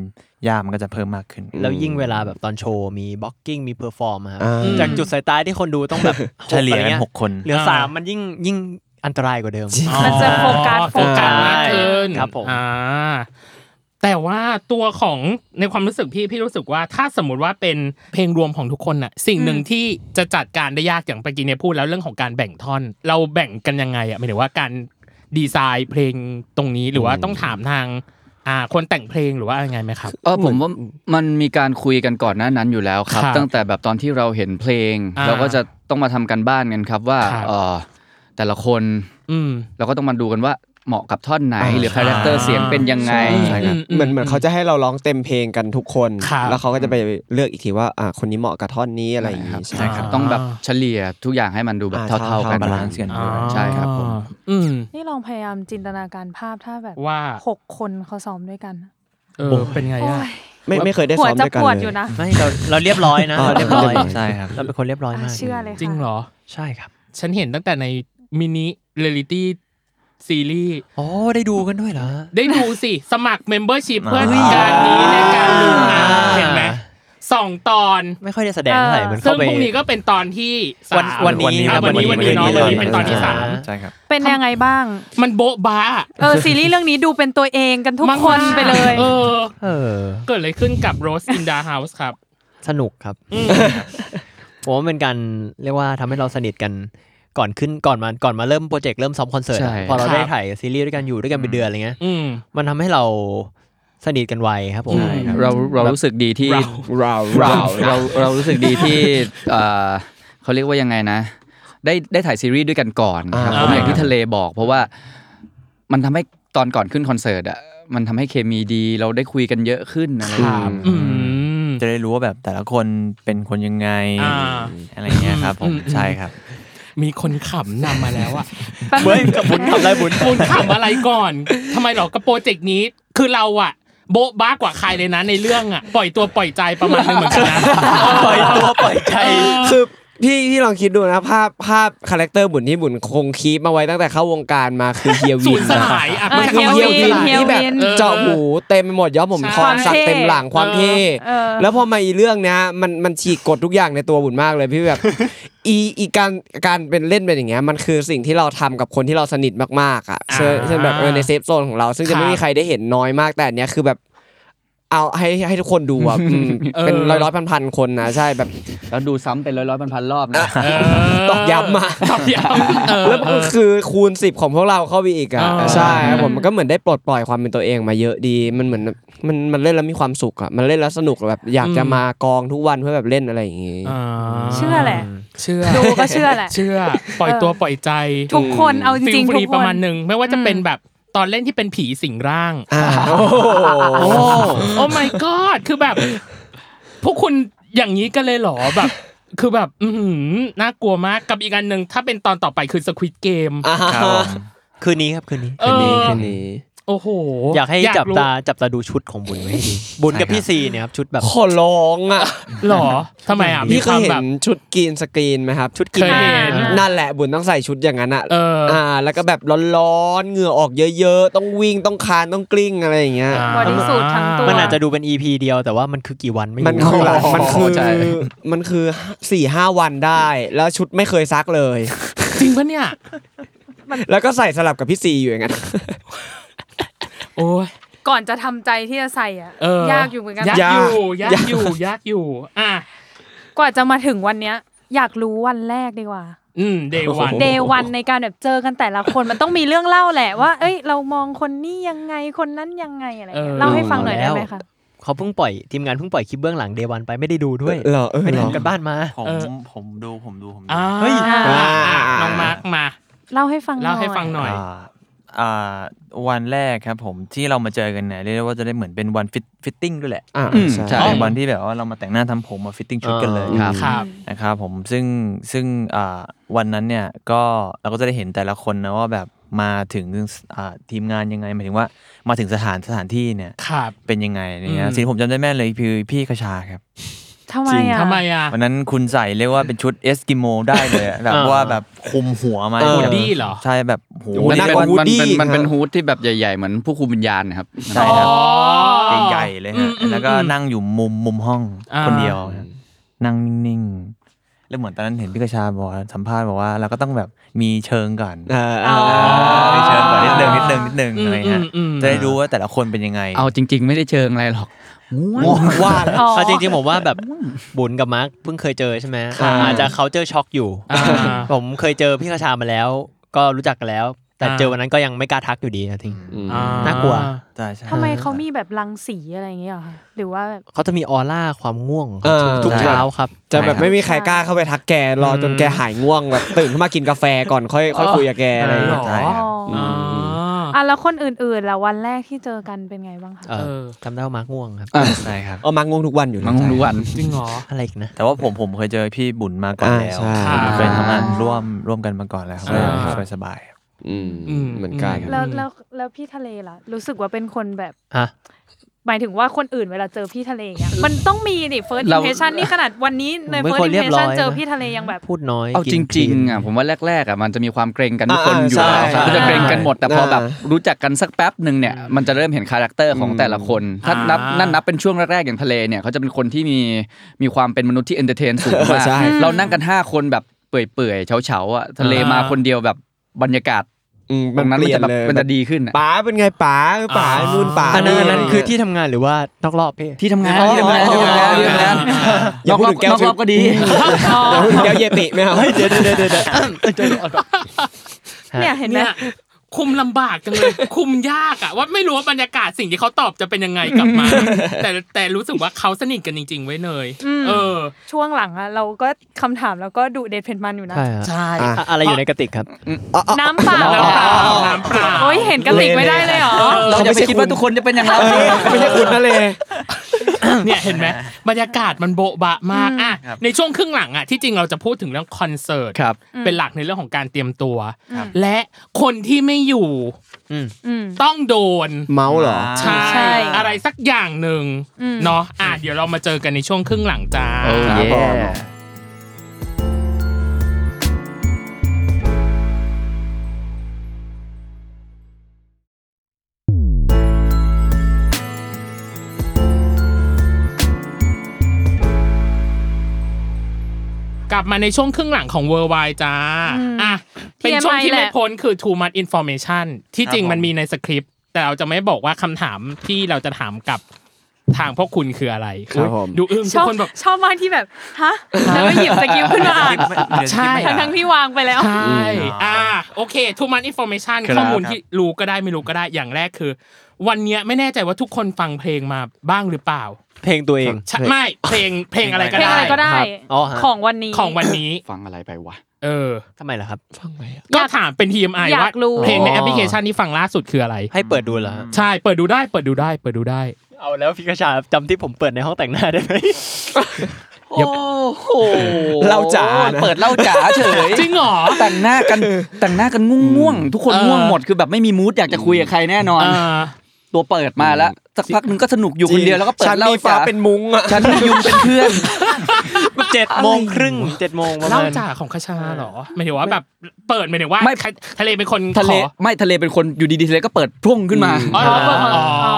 Speaker 4: ยากมันก็จะเพิ่มมากขึ้น
Speaker 5: แล้วยิ่งเวลาแบบตอนโชว์มีบ็อกกิ้งมีเพอร์ฟอร์มครับ
Speaker 7: อ่า
Speaker 5: จากจุดสายตาที่คนดูต้องแบบ
Speaker 4: เฉลี่ย
Speaker 5: อะ
Speaker 4: กัน
Speaker 5: ไรเงี้
Speaker 4: หกคน
Speaker 5: เหลืออา สามมันยิ่งยิ่งอันตรายกว่าเดิม
Speaker 3: มันจะโฟกัส
Speaker 2: อ๋อโฟกัสมากขึ้น
Speaker 5: ครับผม
Speaker 2: อ่าแต่ว่าตัวของในความรู้สึกพี่พี่รู้สึกว่าถ้าสมมติว่าเป็นเพลงรวมของทุกคนน่ะ สิ่งหนึ่ง
Speaker 3: อืม
Speaker 2: ที่จะจัดการได้ยากอย่างปกี้เนี่ยพูดแล้วเรื่องของการแบ่งท่อน เราแบ่งกันยังไงอ่ะหมายถึงว่าการดีไซน์เพลงตรงนี้หรือว่าต้องถามทางอ่าคนแต่งเพลงหรือว่ายังไงไหมครับ
Speaker 6: เออผมว่ามันมีการคุยกันก่อนหน้านั้นอยู่แล้วครับ
Speaker 2: ครับ
Speaker 6: ตั้งแต่แบบตอนที่เราเห็นเพลง
Speaker 2: อ่า
Speaker 6: เราก็จะต้องมาทำกันบ้านกันครับว่า
Speaker 2: ครับ
Speaker 6: เออแต่ละคน
Speaker 2: อืม
Speaker 6: เราก็ต้องมาดูกันว่า เหมาะกับท่อนไหน
Speaker 4: อ่า
Speaker 6: หรือคาแรคเตอร์เสียงเป็นยังไง
Speaker 4: ใช่
Speaker 2: อืม
Speaker 7: เหมือนเหมือนเขาจะให้เราร้องเต็มเพลงกันทุกคน
Speaker 2: ครับ
Speaker 7: แล้วเขาก็จะไปเลือกอีกทีว่าอ่าคนนี้เหมาะกับท่อนนี้อะไรอย่างงี้ใช่
Speaker 6: ใช่
Speaker 7: ค
Speaker 6: ค
Speaker 7: รั
Speaker 6: รับ บ
Speaker 2: อ่า
Speaker 6: ต้องแบบเฉลี่ยทุกอย่างให้มันดูแบบ
Speaker 7: อ่า
Speaker 6: เท่า ๆ กัน
Speaker 4: บาลานซ์กัน
Speaker 2: อ่า
Speaker 4: ด้วย
Speaker 6: ใช่ครับผม
Speaker 2: อืม
Speaker 3: นี่ลองพยายามจินตนาการภาพถ้าแบบ
Speaker 2: ว่า
Speaker 3: หกคนเขาซ้อมด้วยกัน
Speaker 2: เออเป็นไงอะ
Speaker 3: โอ้ย
Speaker 7: ไม่ไม่เคยได้
Speaker 3: หั
Speaker 7: ซ้
Speaker 3: ว
Speaker 7: อมด้ว
Speaker 3: จะ
Speaker 7: ยกัน
Speaker 3: ปวด
Speaker 7: เล
Speaker 3: อย ยู่นะ
Speaker 5: ไม่เราเราเรียบร้อยนะ
Speaker 7: อ่า
Speaker 5: เราเรียบร้อย
Speaker 7: เรียบร้อย
Speaker 4: ใช่ครับ
Speaker 5: เราเป็นคนเรียบร้อย
Speaker 3: อ่ะ
Speaker 5: มาก
Speaker 3: เชื่อเลยค่ะ
Speaker 2: จริงเหรอ
Speaker 5: ใช่ครับ
Speaker 2: ฉันเห็นตั้งแต่ในมินิเรลิตี้ซีรีส์
Speaker 5: อ๋อได้ดูกันด้วยเหรอ
Speaker 2: ได้ดูสิ สมัครเมมเบอร์ชิพเพื่อ
Speaker 4: อ่า
Speaker 2: การนี้ในการดูหนะเห็นไหมสองตอน
Speaker 5: ไม่ค่อยได้แสดงเท่าไหร่มัน
Speaker 2: ซึ่
Speaker 5: เข้าง ไป
Speaker 2: พรุ่งนี้ก็เป็นตอนที่สาม
Speaker 5: วันนี้
Speaker 2: อ่ะวันนี้วันนี้เนาะวันนี้เป็นตอนที่สาม
Speaker 4: ใช่ครับ
Speaker 3: เป็นยังไงบ้าง
Speaker 2: มันโบ๊ะบ้า
Speaker 3: เออซีรีส์เรื่องนี้ดูเป็นตัวเองกันทุก
Speaker 2: มากๆ
Speaker 3: คนไปเลย
Speaker 2: เออ
Speaker 5: เออ
Speaker 2: เกิดอะไรขึ้นกับโรสอินดาเฮาส์ครับ
Speaker 5: สนุกครับ
Speaker 2: อืม
Speaker 5: ผมว่าเป็นการเรียกว่าทำให้เราสนิทกันก่อนขึ้นก่อนมาก่อนมาเริ่มโปรเจกต์เริ่มซ้อมคอนเสิร์ตอะ
Speaker 6: ใช่
Speaker 5: พอเรา
Speaker 2: ครับ
Speaker 5: ได้ถ่ายซีรีส์ด้วยกันอยู่ด้วยกันเป็นเดือนอะไรเงี้ย
Speaker 2: อืม
Speaker 5: มันทำให้เราสนิทกันไวครับผม
Speaker 6: ใช่ครับเราเรารู้สึกดีที่
Speaker 2: เรา
Speaker 6: เราเรา เราเรารู้สึกดีที่เอ่อเขาเรียกว่ายังไงนะ ได้ได้ถ่ายซีรีส์ด้วยกันก่อนครับผม
Speaker 2: อ่า
Speaker 6: อย่างที่ทะเลบอก เพราะว่ามันทำให้ตอนก่อนขึ้นคอนเสิร์ตอ่ะมันทำให้เคมีดีเราได้คุยกันเยอะขึ้นอะไรอย่างเงี้ย
Speaker 2: อืม
Speaker 4: จะได้รู้ว่าแบบแต่ละคนเป็นคนยังไง
Speaker 2: อ่า
Speaker 4: อะไรเงี้ยครับผ
Speaker 2: อื
Speaker 4: ม
Speaker 2: มอืม
Speaker 4: ใช่ครับ
Speaker 2: มีคนขำนำมาแล้วอะ
Speaker 3: แป๊บ
Speaker 5: เฮ้ย
Speaker 3: นึง
Speaker 5: กับบุญทำได้บุญ
Speaker 2: คุณขำอะไรก่อนทำไมเหรอกับโปรเจกต์นี้ คือเราอะโบ๊ะบ้ากว่าใครเลยนะในเรื่องอะปล่อยตัวปล่อยใจประมาณนึงเหมือนกันนะ
Speaker 5: ปล่อยตัวปล่อยใจ
Speaker 7: คือพี่พี่ลองคิดดูนะภาพภาพคาแรคเตอร์บุญที่บุญคงคีปมาไว้ตั้งแต่เข้าวงการมาคือเฮียวิ
Speaker 2: สู
Speaker 7: น
Speaker 2: ญสลายอะ
Speaker 3: อ่ะ
Speaker 2: มัน
Speaker 3: เฮี
Speaker 2: เที่
Speaker 3: ย
Speaker 2: ยว
Speaker 3: วิ
Speaker 2: เที่ยวนที่ไหน
Speaker 3: เฮีย
Speaker 7: ที่แบบ
Speaker 3: วิน
Speaker 7: เจาะหูเต็มไปหมดย้อมผม
Speaker 2: ใช่
Speaker 7: ทองสักเต็มหลังความเท่
Speaker 3: เออ
Speaker 7: แล้วพอมาอีเรื่องเนี้ยมันมันฉีกกฎทุกอย่างในตัวบุญมากเลยพี่แบบ อีอีการการเป็นเล่นเป็นอย่างเงี้ยมันคือสิ่งที่เราทำกับคนที่เราสนิทมากๆอ่ะเช่นเช่นแบบเออในเซฟโซนของเรา ซึ่งจะไม่มีใครได้เห็นน้อยมากแต่อันเนี้ยคือแบบ เอาให้ให้ทุกคนดูอ่ะอืม
Speaker 2: เออ
Speaker 7: เป็นร้อยร้อยพันพันๆคนนะใช่แบบ
Speaker 6: แล้วดูซ้ำเป็นร้อยร้อยพันพันๆรอบนะ
Speaker 2: เอ
Speaker 7: ตอกย้ำอะ
Speaker 2: ตอกย้ำเออ
Speaker 7: แล้วมันก็คือคูณสิบของพวกเราเข้าไปอีกอ่ะ
Speaker 2: อ่า
Speaker 7: ใช่ครับผมมันก็เหมือนได้ปลดปล่อยความเป็นตัวเองมาเยอะดี มันเหมือนมันมันเล่นแล้วมีความสุขอ่ะมันเล่นแล้วสนุกแบบอยากจะมากองทุกวันเพื่อแบบเล่นอะไรอย่างงี้
Speaker 2: อ่า
Speaker 3: เชื่อแหละ
Speaker 2: เชื่อ
Speaker 3: ดูก็เชื่อแหละ
Speaker 2: เชื่อ ปล่อยตัวปล่อยใจ
Speaker 3: ทุกคนเอาจ
Speaker 2: ฟิล
Speaker 3: ริง
Speaker 2: ฟ
Speaker 3: ๆทุ
Speaker 2: รี
Speaker 3: กค
Speaker 2: ประ
Speaker 3: น
Speaker 2: มาณหนึ่งไม่ว่าจะเป็นแบบตอนเล่นที่เป็นผีสิงร่าง
Speaker 7: อ่าโอ้โห
Speaker 2: โอ้ my god คือแบบ พวกคุณอย่างนี้กันเลยเหรอแบบ คือแบบ อือหือน่ากลัวมากกับอีกอันหนึ่งถ้าเป็นตอนต่อไปคือสควิตเกม
Speaker 4: ครับผม
Speaker 5: คืนนี้ครับคืนนี้
Speaker 2: เออ
Speaker 7: อันนี้
Speaker 2: โอ้โห
Speaker 5: อยากให้จับ
Speaker 2: รู้
Speaker 5: ตาจับตาดูชุดของบุญไว้ให้ดีบุญกับพี่ซีเนี่ยครับชุดแบบ
Speaker 7: ขอร้องอ่ะ
Speaker 2: หรอทำไมอ่ะมี
Speaker 7: พี่เคว
Speaker 2: คาย ม
Speaker 7: เห็
Speaker 2: แบบ
Speaker 7: นชุดกรีนสกรีนไหมครับ ชุดกรี
Speaker 2: เคย
Speaker 7: น
Speaker 2: เห็น
Speaker 7: นั่นแหละบุญต้องใส่ชุดอย่างนั้นอ่ะ
Speaker 2: เออ
Speaker 7: อ่า แล้วก็แบบร้อนๆเหงื่อออกเยอะๆ ต้องวิ่งต้องคานต้องกลิ้งอะไรอย่างเงี้ย
Speaker 3: บอดี้สูททั้งตัว
Speaker 5: มันอาจจะดูเป็น EP เดียวแต่ว่ามันคือกี่วันไม่รู้
Speaker 7: มันคือหลายมันคือ
Speaker 6: ใช่
Speaker 7: มันคือสี่ห้าวันได้ แล้วชุดไม่เคยซักเลย
Speaker 2: จริงปะเนี่ย
Speaker 7: แล้วก็ใส่สลับกับพี่ซีอยู่อย่างนั้น
Speaker 2: โอ้ย
Speaker 3: ก่อนจะทำใจที่จะใส่อ่ะ
Speaker 2: เออ
Speaker 3: ยากอยู่เหมือนกัน
Speaker 2: ยากอยู่ยาย
Speaker 7: าก ก
Speaker 2: อยู่ยากอยู่ อ่ะ
Speaker 3: กว่าจะมาถึงวันเนี้ย อยากรู้วันแรกดีกว่า
Speaker 2: อืมเดวัน
Speaker 3: เดวันในการแบบเจอกันแต่ละคนมันต้องมีเรื่องเล่าแหละว่า เอ้ย เรามองคนนี้ยังไงคนนั้นยังไงอะไรเงี้
Speaker 2: เอยอ
Speaker 3: เล่าให้ฟังหน่อยได้ไหมคะ
Speaker 5: เขาเพิ่งปล่อยทีมงานเพิ่งปล่อยคลิปเบื้องหลังเดวันไปไม่ได้ดูด้วย
Speaker 7: เหรอเออ
Speaker 5: ไม่ได้
Speaker 7: เหรอ
Speaker 5: ทำกันบ้านมา
Speaker 4: ผม
Speaker 2: เออ
Speaker 4: ผมดูผมดูผมดู
Speaker 2: อ่า
Speaker 5: เฮ้ย
Speaker 2: อ่ะ
Speaker 7: อ่า
Speaker 2: น้องมาร์กมา
Speaker 3: เล่าให้ฟังหน่
Speaker 2: เล่า
Speaker 3: อย
Speaker 2: ให้ฟังหน่อย
Speaker 4: อ่าอ่าวันแรกครับผมที่เรามาเจอกันเนี่ยเรียกได้ว่าจะได้เหมือนเป็นวันฟิตฟิตติ้งด้วยแหละ
Speaker 7: อ่า
Speaker 6: อืม
Speaker 7: ใช่
Speaker 6: ใช่
Speaker 4: เป็นวันที่แบบว่าเรามาแต่งหน้าทำผมมาฟิตติ้งชุดกันเลย
Speaker 7: อ่า
Speaker 4: ค
Speaker 2: ค
Speaker 4: รับ
Speaker 2: รับ
Speaker 4: นะครับผมซึ่งซึ่งอ่าวันนั้นเนี่ยก็เราก็จะได้เห็นแต่ละคนนะว่าแบบมาถึงอ่าทีมงานยังไงหมายถึงว่ามาถึงสถานสถานที่เนี่ย
Speaker 2: ครับ
Speaker 4: เป็นยังไงเนี่
Speaker 2: อื
Speaker 4: ย
Speaker 2: ม
Speaker 4: สิ่งที่ผมจำได้แม่นเลยคือพี่คชาครับ
Speaker 3: ทำไมอ่ะ
Speaker 2: ทำไมอ่ะ
Speaker 4: วันนั้นคุณใส่เรียกว่าเป็นชุดเอสกิโมได้เลยอะแบบ
Speaker 5: อ่า
Speaker 4: ว่าแบบคุมหัวมา
Speaker 7: เออ
Speaker 4: แบบ
Speaker 2: ดีเหรอ
Speaker 4: ใช่แบบโห
Speaker 6: มัน
Speaker 7: นั่ง
Speaker 6: เป็น
Speaker 7: กับ
Speaker 6: มันเป็น
Speaker 7: Woody
Speaker 6: มันเป็น
Speaker 7: ครับ
Speaker 6: ฮูดที่แบบใหญ่ๆ เหมือนผู้คุมวิญญาณนะครับ
Speaker 4: ใช่ครับ
Speaker 2: อ๋อ
Speaker 4: ใหญ่ๆเลย
Speaker 2: อื
Speaker 4: ฮะ
Speaker 2: มอืม
Speaker 4: แล้วก็นั่งอยู่มุมมุมห้อง
Speaker 2: อ่า
Speaker 4: คนเดียวฮะนั่งนิ่งๆ แล้วเหมือนตอนนั้นเห็นพี่กระชาบอกว่าสัมภาษณ์บอกว่าเราก็ต้องแบบมีเชิงก่อน
Speaker 7: เออเออ
Speaker 4: อ่ามีเชิงก่อนนิดนึงนิดนึงนิดนึง
Speaker 2: อืม
Speaker 4: อะไรฮะ
Speaker 2: อืมอืม
Speaker 4: จะได้รู้ว่าแต่ละคนเป็นยังไง
Speaker 6: เอาจริง ๆ ไม่ได้เชิงอะไรหรอก
Speaker 7: ง่วงว่าแล้ว
Speaker 3: อ๋อ
Speaker 5: เอาจริงๆผมว่าแบบบุญกับมาร์คเพิ่งเคยเจอใช่ไหม
Speaker 7: ครับ
Speaker 5: อาจจะเขาเจอช็อกอยู่
Speaker 2: อ่า
Speaker 5: ผมเคยเจอพี่คชามาแล้ว ก็รู้จักกันแล้ว แต่
Speaker 2: อ่า
Speaker 5: เจอวันนั้นก็ยังไม่กล้าทักอยู่ดีนะทิ้ง
Speaker 2: อ่
Speaker 5: น่ากลัว
Speaker 4: ใช่ใช่
Speaker 3: ทำไมเขามีแบบรังสีอะไรอย่างเงี้ยเหรอคะหรือว่าแบบ
Speaker 5: เขาจะมีออร่าความง่วงของ
Speaker 7: เอ
Speaker 5: เขา
Speaker 7: อ
Speaker 5: ทุกเช้าครับ
Speaker 7: จะแบบไม่มีใครกล้าเข้าไปทักแกรอจนแกหายง่วงแบบตื่นขึ้นมากินกาแฟก่อนค่อยค่อยคุยกับแกอะไรอย่างเงี้ย
Speaker 4: ใช่ครับ
Speaker 2: อ๋อ
Speaker 3: อ่ะแล้วคนอื่นๆล่ะวันแรกที่เจอกันเป็นไงบ้างคะ
Speaker 5: เอ
Speaker 2: เอ
Speaker 5: อ
Speaker 2: อ
Speaker 5: จำได้ว่ามาร์กม่วงครับ
Speaker 6: อ่ะ
Speaker 4: ใช่ครับ
Speaker 7: เอามังงวงทุกวันอยู่แล้ว
Speaker 6: มังรู้วัน
Speaker 2: จริงเหรอ
Speaker 5: อะไรอีกนะ
Speaker 4: แต่ว่าผมผมเคยเจอพี่บุญมาก่อน
Speaker 7: อ่า
Speaker 4: แล้ว
Speaker 7: ใช่
Speaker 4: ผมเคย
Speaker 2: อ่า
Speaker 4: ทำงานร่วมร่วมกันมาก่อนแล้วครับ
Speaker 2: อ่า
Speaker 4: สบายสบายๆครับ
Speaker 7: อืม
Speaker 2: อืม
Speaker 7: เหมือนกัน
Speaker 3: แล้วแล้วแล้วพี่ทะเลล่ะ รู้สึกว่าเป็นคนแบบ
Speaker 5: ฮะ
Speaker 3: หมายถึงว่าคนอื่นเวลาเจอพี่ทะเล อย่างเงี้ยมันต้องมีนี่ first
Speaker 6: เรา
Speaker 3: impression นี่ขนาดวันนี้ใน
Speaker 5: ผมเป็น
Speaker 3: first
Speaker 5: คนเรียบร้อย
Speaker 3: impression เจอ
Speaker 5: นะ
Speaker 3: พี่ทะเลยังแบบ
Speaker 5: พูดน้อย
Speaker 6: เอาจ
Speaker 5: กิน
Speaker 6: ริง
Speaker 5: คลีน
Speaker 6: ๆอ่ะผมว่าแรกๆอ่ะมันจะมีความเกรงกันทุก
Speaker 7: อ่า
Speaker 6: คนอยู่แล้ว
Speaker 7: ใช่
Speaker 6: ก็จะเกรงกันหมดแต่พอแบบ
Speaker 7: อ่า
Speaker 6: รู้จักกันสักแป๊บหนึ่งเนี่ยมันจะเริ่มเห็นคาแรคเตอร์ของแต่ละคน ถ้านับ
Speaker 2: อ่านั่
Speaker 6: นั่นนับเป็นช่วงแรกๆอย่างทะเลเนี่ยเขาจะเป็นคนที่มีมีความเป็นมนุษย์ที่เอนเตอร์เทนสูงมาก
Speaker 7: ใช่
Speaker 6: เรานั่งกัน 5 คนแบบเปื่อยๆเฉาๆอ่ะทะเลมาคนเดียวแบบบรรยากาศ
Speaker 7: อืม
Speaker 6: ตรงนั้นมันจะแบบ
Speaker 7: เปลี่ย
Speaker 6: มันจะดีขึ้นอะ
Speaker 7: ป๋าเป็นไงป๋าป๋า
Speaker 2: อ๋อ
Speaker 7: นู่นป๋า
Speaker 5: อันนั้นอันนั้น
Speaker 7: เย
Speaker 5: คือที่ทำงานหรือว่านอกรอบพี่
Speaker 6: ที่ทำงาน
Speaker 7: อ๋อ
Speaker 6: ที่ทำงานที่ทำงานที่ทำงาน
Speaker 7: อย่าพูดถึงแก้ว
Speaker 6: รอบก็ดี
Speaker 7: อย่าพูดถึงแก้วเยติไม่เอา
Speaker 5: เดี๋ยวเดี๋ยวเดี๋ยวเดี๋ยว ฮะ
Speaker 3: เนี่ยเห็นไหม
Speaker 2: ยคุมลำบากจังเลย คุมยากอะว่าไม่รู้ว่าบรรยากาศสิ่งที่เขาตอบจะเป็นยังไงกลับมา แต่แต่รู้สึกว่าเขาสนิทกันจริง ๆ ไว้ยเนย
Speaker 3: อืม
Speaker 2: เออ
Speaker 3: ช่วงหลังอะเราก็คำถามแล้วก็ดุเดทเพนมันอยู่นะ
Speaker 5: ใช่ฮะ
Speaker 2: ใช่
Speaker 5: อ่ะอะไรอยู่ในกระติกครับ
Speaker 3: น้ำเปล่า
Speaker 2: น้ำเปล่าน้ำเปล่า
Speaker 3: โอ้ยเห็นกระติกไม่ได้เลยเหรอ
Speaker 6: เราจะไปคิดว่าทุกคนจะเป็นอย่างเรา
Speaker 7: ไม่ใช่คุณนะเลย
Speaker 2: เนี่ยเห็นไหมบรรยากาศมันโบ๊ะบะมากอ่ะในช่วงครึ่งหลังอ่ะที่จริงเราจะพูดถึงเรื่องคอนเสิร์ต
Speaker 6: ครับ
Speaker 2: เป็นหลักในเรื่องของการเตรียมตัว และคนที่ไม่อยู่
Speaker 3: อืม
Speaker 2: ต้องโดน
Speaker 7: เมาส์เหรอ
Speaker 2: ใช่
Speaker 3: ใช่
Speaker 2: อะไรสักอย่างหนึ่ง
Speaker 3: อืม
Speaker 2: เนาะอ่ะเดี๋ยวเรามาเจอกันในช่วงครึ่งหลังจ้า
Speaker 6: ครับผม
Speaker 2: กลับมาในช่วงครึ่งหลังของ Worldwide จ้า
Speaker 3: อืม
Speaker 2: อ่ะ เป็น
Speaker 3: TMI
Speaker 2: ช่วงที่ไม่
Speaker 3: แหละ
Speaker 2: พ้นคือ too much information ที่จริง
Speaker 4: ครับผม
Speaker 2: มันมีในสคริปต์ แต่เราจะไม่บอกว่าคำถามที่เราจะถามกับทางพวกคุณคืออะไร
Speaker 7: ครับผม
Speaker 2: ดูอึ้ง
Speaker 3: ช
Speaker 2: ทุก
Speaker 3: อบ
Speaker 2: คนแบบ
Speaker 3: ชอบมากที่แบบ ฮะ แล้วก็หยิบสกิปต์ขึ้นมาอ่าน
Speaker 2: ใช่
Speaker 3: ทั้งทั้งๆที่วางไปแล้ว
Speaker 2: ใช่ อ่า โอเค too much information
Speaker 6: ครับ
Speaker 2: ข้อมูลที่รู้ก็ได้ไม่รู้ก็ได้ อย่างแรกคือ วันเนี้ยไม่แน่ใจว่าทุกคนฟังเพลงมาบ้างหรือเปล่า
Speaker 5: เพลงตัวเอง
Speaker 2: ใช่ไม่เพลงเพลงอะไรก็
Speaker 3: เพลงอะไรก็
Speaker 2: ได้
Speaker 3: ได้
Speaker 5: ครับอ๋อฮะ
Speaker 3: ของวันนี้
Speaker 2: ของวันนี้
Speaker 6: ฟังอะไรไปวะ
Speaker 2: เออ
Speaker 5: ทำไมล่ะครับ
Speaker 2: ก็ถามเป็น TMI
Speaker 3: อยา
Speaker 2: ว่าก
Speaker 3: รู้
Speaker 2: เพลงในแอปพลิเคชันที่ฟังล่าสุดคืออะไร
Speaker 5: ให้เปิดดูเหรอฮะ
Speaker 2: ใช่ เปิดดูได้ เปิดดูได้ เปิดดูได้
Speaker 5: เอาแล้วพี่กระชาจำที่ผมเปิดในห้องแต่งหน้าได้ไหม
Speaker 6: โอ้โห
Speaker 7: เล่าจ๋านะ
Speaker 6: เปิดเล่าจ๋าเฉย
Speaker 2: จริงเหรอ
Speaker 6: แต่งหน้ากันแต่งหน้ากันง่วงๆทุกคน
Speaker 2: เออ
Speaker 6: ง่วงหมดคือแบบไม่มีมูดอยากจะคุยกับใครแน่นอน
Speaker 2: อ่า
Speaker 6: ตัวเปิดมาแล้วสักพักนึงก็สนุกอยู่คนเดียวแล้วก็เปิด
Speaker 7: ฉัน
Speaker 6: เล่า
Speaker 7: มีฟ้า
Speaker 6: จ๋า
Speaker 7: เป็นมุ้งอ่ะ
Speaker 6: ฉันมียุงเป็นเพื่อน
Speaker 5: เจ็ดโมงครึ่งเจ็ดโมงประ
Speaker 2: เล่า
Speaker 5: มาณ
Speaker 2: จ่าของคชาเหรอหมายถึงว่าแบบเปิดหมายถึงว่า
Speaker 6: ไม่
Speaker 2: ใครทะเลเป็นคน
Speaker 6: ทะเล
Speaker 2: ขอ
Speaker 6: ไม่ทะเลเป็นคนอยู่ดีๆทะเลก็เปิดพรุ่งขึ้นมา
Speaker 2: อ๋อเหรอเปิดของอ๋ออ๋อ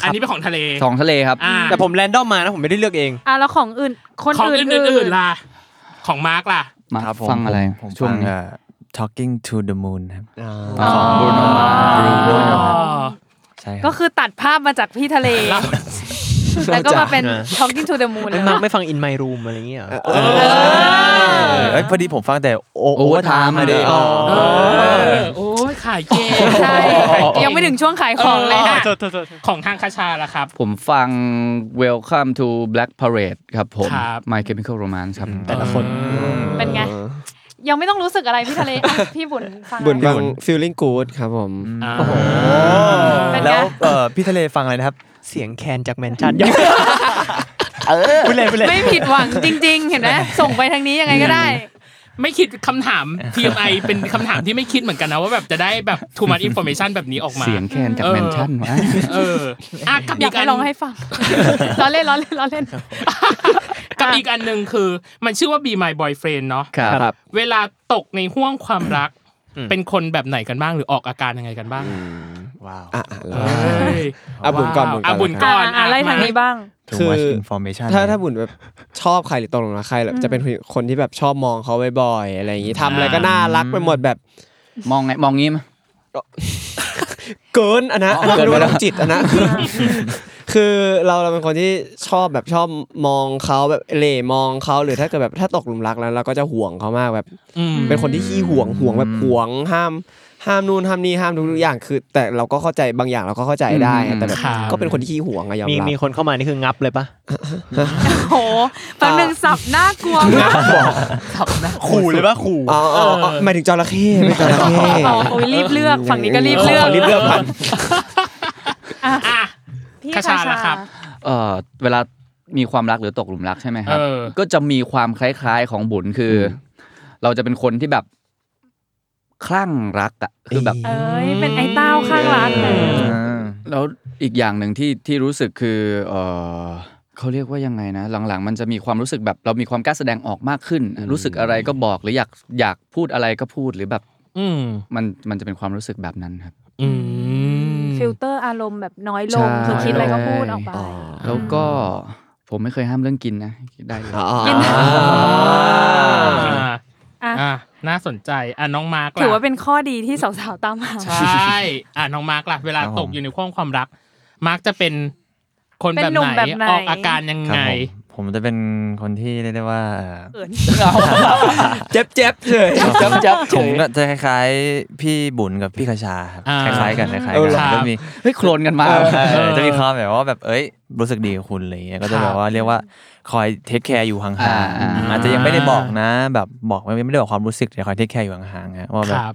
Speaker 3: ครับ
Speaker 2: อันนี้เป็นของทะเล
Speaker 6: สองทะเลครับ
Speaker 2: อ่า
Speaker 5: แต่ผมแรนดอมมานะผมไม่ได้เลือกเอง
Speaker 3: อ่ะแล้วของอื่น คน
Speaker 2: ของ
Speaker 3: อื่น
Speaker 2: อื่นๆล่ะ ของมาร์กล่ะ
Speaker 6: มา
Speaker 4: ครับผม
Speaker 6: ฟังอะไร
Speaker 4: ผม
Speaker 6: ช่วง
Speaker 4: ฟัง
Speaker 6: นี้
Speaker 4: เอ่อ Talking to the Moon ครับ
Speaker 6: ของ Bruno
Speaker 2: อ๋อ
Speaker 4: ใช่ค
Speaker 3: ก็
Speaker 4: รับ
Speaker 3: คือตัดภาพมาจากพี่ทะเล แล้วก็มาเป็น
Speaker 5: อ่า
Speaker 3: Talking to the Moon เลย
Speaker 5: ไม่ไม่ฟัง In My Room อะไรอย่างเงี้ยเหรอ
Speaker 4: เอ้ยพอดีผมฟังแต่โอโอ
Speaker 6: Overtime
Speaker 4: มา
Speaker 6: อะดิ
Speaker 4: ดิ
Speaker 2: เออโอ้ยขายเก่ง
Speaker 3: ใช่ยังไม่ถึงช่วงขายของเลย
Speaker 2: อ
Speaker 3: ค่ะ
Speaker 2: อของทางคชาล่ะครับ
Speaker 6: ผมฟัง Welcome to Black Parade ครับผม
Speaker 2: ครับ
Speaker 6: My Chemical Romance ครับ
Speaker 5: แต่ละคน
Speaker 3: เป็นไง ยังไม่ต้องรู้สึกอะไรพี่ทะเลอ่ะพี่บุญฟัง
Speaker 7: บุญ
Speaker 3: อะไร
Speaker 7: บัง feeling good ครับผม
Speaker 2: อ่า
Speaker 3: เป็นไง
Speaker 4: แล้วเอ่อพี่ทะเลฟังอะไรนะครับ
Speaker 5: เสียงแคนจากแมนชั่นพูดเลยพูดเลย
Speaker 3: ไม่ผิดหวังจริง ๆ เห็นไหมส่งไปทางนี้ยังไงก็ได้
Speaker 2: ไม่คิดคำถาม TMI เป็นคำถามที่ไม่คิดเหมือนกันนะว่าแบบจะได้แบบ too much information แบบนี้ออกมา
Speaker 6: เสียงแคนจาก
Speaker 2: เออ
Speaker 6: แมนชั่นวะ
Speaker 2: เอออ่ะกับ
Speaker 3: อ
Speaker 2: อี
Speaker 3: ยาก
Speaker 2: ก
Speaker 3: ให้
Speaker 2: อัน
Speaker 3: ร้องให้ฟัง ล้อเล่นล้อเล่นล้อเล่น
Speaker 2: กับอีกอันหนึ่งคือ มันชื่อว่า Be My Boyfriend เนาะ
Speaker 6: ครับ
Speaker 2: เวลาตกในห่วงความรัก เป็นคนแบบไหนกันบ้างหรือออกอาการยังไงกันบ้าง
Speaker 4: ว้าว
Speaker 7: อ่ะแล้
Speaker 2: เอ
Speaker 7: ว
Speaker 2: ้ย
Speaker 7: อ่ะบุญก่อนบุญก่อน
Speaker 2: ะบุญก่อน
Speaker 3: อ่าไล่ทางนี้บ้าง
Speaker 4: too
Speaker 7: คือ
Speaker 4: much information
Speaker 7: ถ้าถ้าบุญแบบชอบใครหรือตกหลงรักใครแบบจะเป็นคนที่แบบชอบมองเขาบ่อยๆอะไรอย่างงี้ทำอะไรก็น่ารักไปหมดแบบ
Speaker 6: มองไงมองงี้มั้ย
Speaker 7: เกินอันนะ
Speaker 6: อ๋อเกินไป
Speaker 7: ดู
Speaker 6: แล้ว
Speaker 7: จิตอันนะ ค คือเราเราเป็นคนที่ชอบแบบชอบมองเขาแบบเหล่มองเขาหรือถ้าเกิดแบบถ้าตกหลุมรักแล้วเราก็จะห่วงเขามากแบบ
Speaker 2: อืม
Speaker 7: เป็นคนที่ขี้ห่วงห่วงแบบห่วงห้ามห้ามนู่นห้ามนี่ห้ามทุกๆอย่างคือ แต่เราก็เข้าใจบางอย่างเราก็เข้าใจได้
Speaker 6: อืม
Speaker 7: แต่แบบ
Speaker 2: ครับ
Speaker 7: ก็เป็นคนที่ขี้ห่วงอะยอม
Speaker 5: มี
Speaker 7: รับ
Speaker 5: มีคนเข้ามานี่คืองับเลยปะ
Speaker 3: โอ้โหแป๊บนึงสับน่ากลัวมาก
Speaker 5: ขู่เลยปะขู่
Speaker 7: อ๋ออ๋ออ๋อหมายถึงจระเข้ไม่จระเข้
Speaker 3: อ๋อโอ้ยรีบเลือกฝั่งนี้ก็รีบเลือก
Speaker 5: ขอรีบเลือกพัน
Speaker 2: อ่ะ
Speaker 3: พี่
Speaker 2: คาชาล่ะครับ
Speaker 6: เออเวลามีความรักหรือตกหลุมรักใช่ไหมค
Speaker 2: เอ
Speaker 6: รับ
Speaker 2: อ
Speaker 6: ก็จะมีความคล้ายๆของบุญคืออเราจะเป็นคนที่แบบคลั่งรักอ่ะคือแบบ
Speaker 3: เอ้ยเป็นไอ้เต้าข้างรักเลย
Speaker 2: อืม
Speaker 6: แล้วอีกอย่างหนึ่งที่ที่รู้สึกคือเออเขาเรียกว่ายังไงนะ หลังๆ มันจะมีความรู้สึกแบบเรามีความกล้าแสดงออกมากขึ้น รู้สึกอะไรก็บอกหรืออยากอยากพูดอะไรก็พูดหรือแบบ
Speaker 2: อืม
Speaker 6: มันมันจะเป็นความรู้สึกแบบนั้นครับ
Speaker 2: อืม
Speaker 3: ฟิลเตอร์อารมณ์แบบน้อยลง
Speaker 6: ใช่
Speaker 3: คือคิดอะไรก็พูดออกไป
Speaker 6: แล้วก็ผมไม่เคยห้ามเรื่องกินนะได้เลย
Speaker 7: อ๋ออ๋อ
Speaker 3: กิน
Speaker 7: อ๋อ
Speaker 2: อ่า
Speaker 3: อ่ะ
Speaker 2: อ่ะน่าสนใจอ่ะน้องมาร์กล่ะ
Speaker 3: ถือว่าเป็นข้อดีที่สาวๆตามหา
Speaker 2: ใช่อ่ะน้องมาร์กล่ะ เวลา
Speaker 4: ครับผม
Speaker 2: ตกอยู่ในความความรัก มาร์กจะเป็นคน
Speaker 3: เป็
Speaker 2: แบบ
Speaker 3: นหนุ่ม
Speaker 2: ไหน
Speaker 3: แบบไหน
Speaker 2: ออกอาการยัง
Speaker 4: ครับ
Speaker 2: ไง
Speaker 4: ผมผมจะเป็นคนที่เรียกได้ว่าเอ่อ
Speaker 3: เขิน
Speaker 7: เจ็บเจ็บเฉย
Speaker 4: ผมก็จะคล้ายๆพี่บุญกับพี่คชาครับ
Speaker 2: อ่า
Speaker 4: คล้ายๆกันคล้าย
Speaker 7: เออ
Speaker 4: ๆ
Speaker 7: เหร
Speaker 4: กั
Speaker 7: อ
Speaker 4: นจะมี
Speaker 6: เฮ้ยโคลนกันมา
Speaker 4: เออ
Speaker 2: เออ
Speaker 4: จะมีความแบบว่าแบบเอ้ยรู้สึกดีกับคุณอะไรอย่างเงี้ยก็
Speaker 2: ค
Speaker 4: จะ
Speaker 2: รับ
Speaker 4: แบบว่าเรียกว่าคอยเทคแคร์อยู่ห่าง
Speaker 6: อ่าอ่า
Speaker 4: ๆอาจจะยังไม่ได้บอกนะ แบบบอกไม่ไม่ได้บอกความรู้สึกแต่คอยเทคแคร์อยู่ห่างๆฮะว่าแบ
Speaker 2: ค
Speaker 4: บ
Speaker 2: รับ